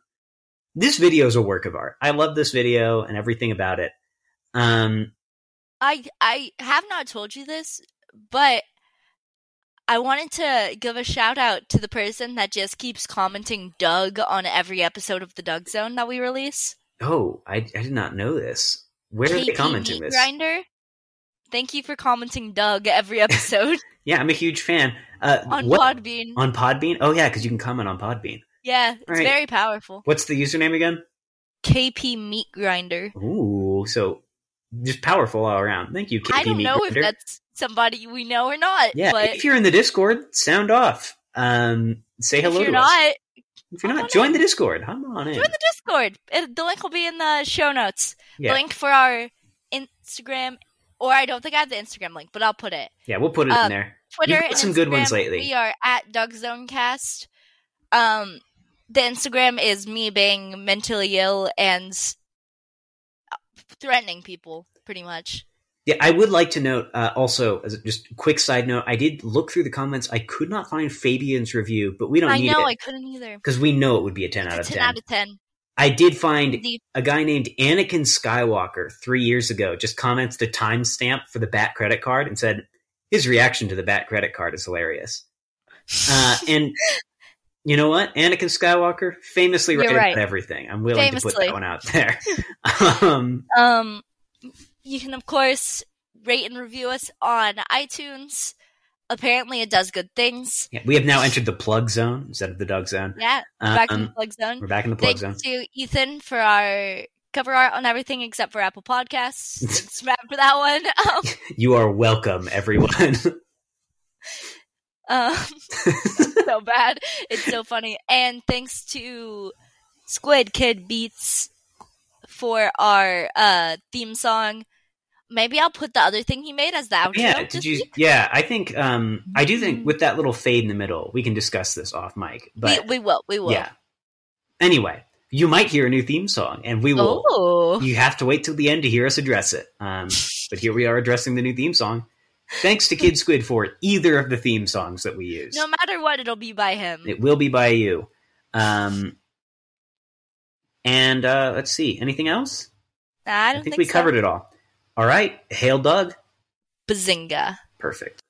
Speaker 2: This video is a work of art. I love this video and everything about it. Um,
Speaker 1: I I have not told you this, but I wanted to give a shout out to the person that just keeps commenting Doug on every episode of the Doug Zone that we release.
Speaker 2: oh, I, I did not know this. Where are they
Speaker 1: KP
Speaker 2: commenting
Speaker 1: Meat
Speaker 2: this?
Speaker 1: Grinder. Thank you for commenting Doug every episode
Speaker 2: Yeah, I'm a huge fan. Uh,
Speaker 1: on
Speaker 2: what-
Speaker 1: Podbean.
Speaker 2: On Podbean? Oh, yeah, because you can comment on Podbean.
Speaker 1: Yeah, it's
Speaker 2: Alright.
Speaker 1: very powerful.
Speaker 2: What's the username again?
Speaker 1: KP Meat Grinder.
Speaker 2: Ooh, so just powerful all around. Thank you, KP
Speaker 1: I don't
Speaker 2: Meat
Speaker 1: know
Speaker 2: Grinder.
Speaker 1: if that's somebody we know or not.
Speaker 2: Yeah,
Speaker 1: but
Speaker 2: if you're in the Discord, sound off. Um, say hello
Speaker 1: if you're
Speaker 2: to us.
Speaker 1: not,
Speaker 2: If you're
Speaker 1: come on
Speaker 2: not, join
Speaker 1: in.
Speaker 2: the Discord. Come on in.
Speaker 1: join the Discord. It, the link will be in the show notes.
Speaker 2: yeah.
Speaker 1: link for our Instagram, or I don't think I have the Instagram link, but I'll put it.
Speaker 2: yeah, we'll put it
Speaker 1: Uh,
Speaker 2: in there.
Speaker 1: Twitter
Speaker 2: You've got
Speaker 1: and
Speaker 2: some good ones
Speaker 1: Instagram,
Speaker 2: lately.
Speaker 1: We are at Doug Zonecast. Um, the Instagram is me being mentally ill and threatening people, pretty much.
Speaker 2: Yeah, I would like to note uh, also, as a, just a quick side note, I did look through the comments. I could not find Fabian's review, but we don't
Speaker 1: I
Speaker 2: need
Speaker 1: know I
Speaker 2: it
Speaker 1: couldn't either.
Speaker 2: because we know it would be a 10 out of
Speaker 1: It's a
Speaker 2: 10.
Speaker 1: 10 out of 10.
Speaker 2: I did find
Speaker 1: The-
Speaker 2: a guy named Anakin Skywalker three years ago just comments the timestamp for the Bat credit card and said, his reaction to the Bat credit card is hilarious. Uh, and you know what? Anakin Skywalker famously
Speaker 1: You're
Speaker 2: right,
Speaker 1: right.
Speaker 2: about everything. I'm willing to put
Speaker 1: Famously.
Speaker 2: that one out there. um,
Speaker 1: Um, you can of course rate and review us on iTunes. Apparently, it does good things.
Speaker 2: yeah, we have now entered the plug zone instead of the dog zone.
Speaker 1: Yeah, back in the
Speaker 2: Um,
Speaker 1: plug zone.
Speaker 2: we're back in the plug
Speaker 1: Thanks
Speaker 2: zone.
Speaker 1: to Ethan for our cover art on everything except for Apple Podcasts. Thanks, Matt, for that one. Um,
Speaker 2: You are welcome, everyone.
Speaker 1: um, so bad. It's so funny. And thanks to Squid Kid Beats for our uh, theme song. Maybe I'll put the other thing he made as the outro.
Speaker 2: yeah, did
Speaker 1: this
Speaker 2: you?
Speaker 1: week.
Speaker 2: Yeah, I think um, I do think with that little fade in the middle, we can discuss this off mic. But
Speaker 1: Mm-hmm. we, we will. We will.
Speaker 2: yeah. Anyway, you might hear a new theme song, and we will.
Speaker 1: Oh,
Speaker 2: You have to wait till the end to hear us address it. Um, but here we are addressing the new theme song. Thanks to Kid Squid for either of the theme songs that we use.
Speaker 1: no mm. matter what, it'll be by him.
Speaker 2: It will be by you. Um, and uh, let's see. Anything else?
Speaker 1: I don't
Speaker 2: think, we covered it all. All right. Hail Doug.
Speaker 1: Bazinga.
Speaker 2: Perfect.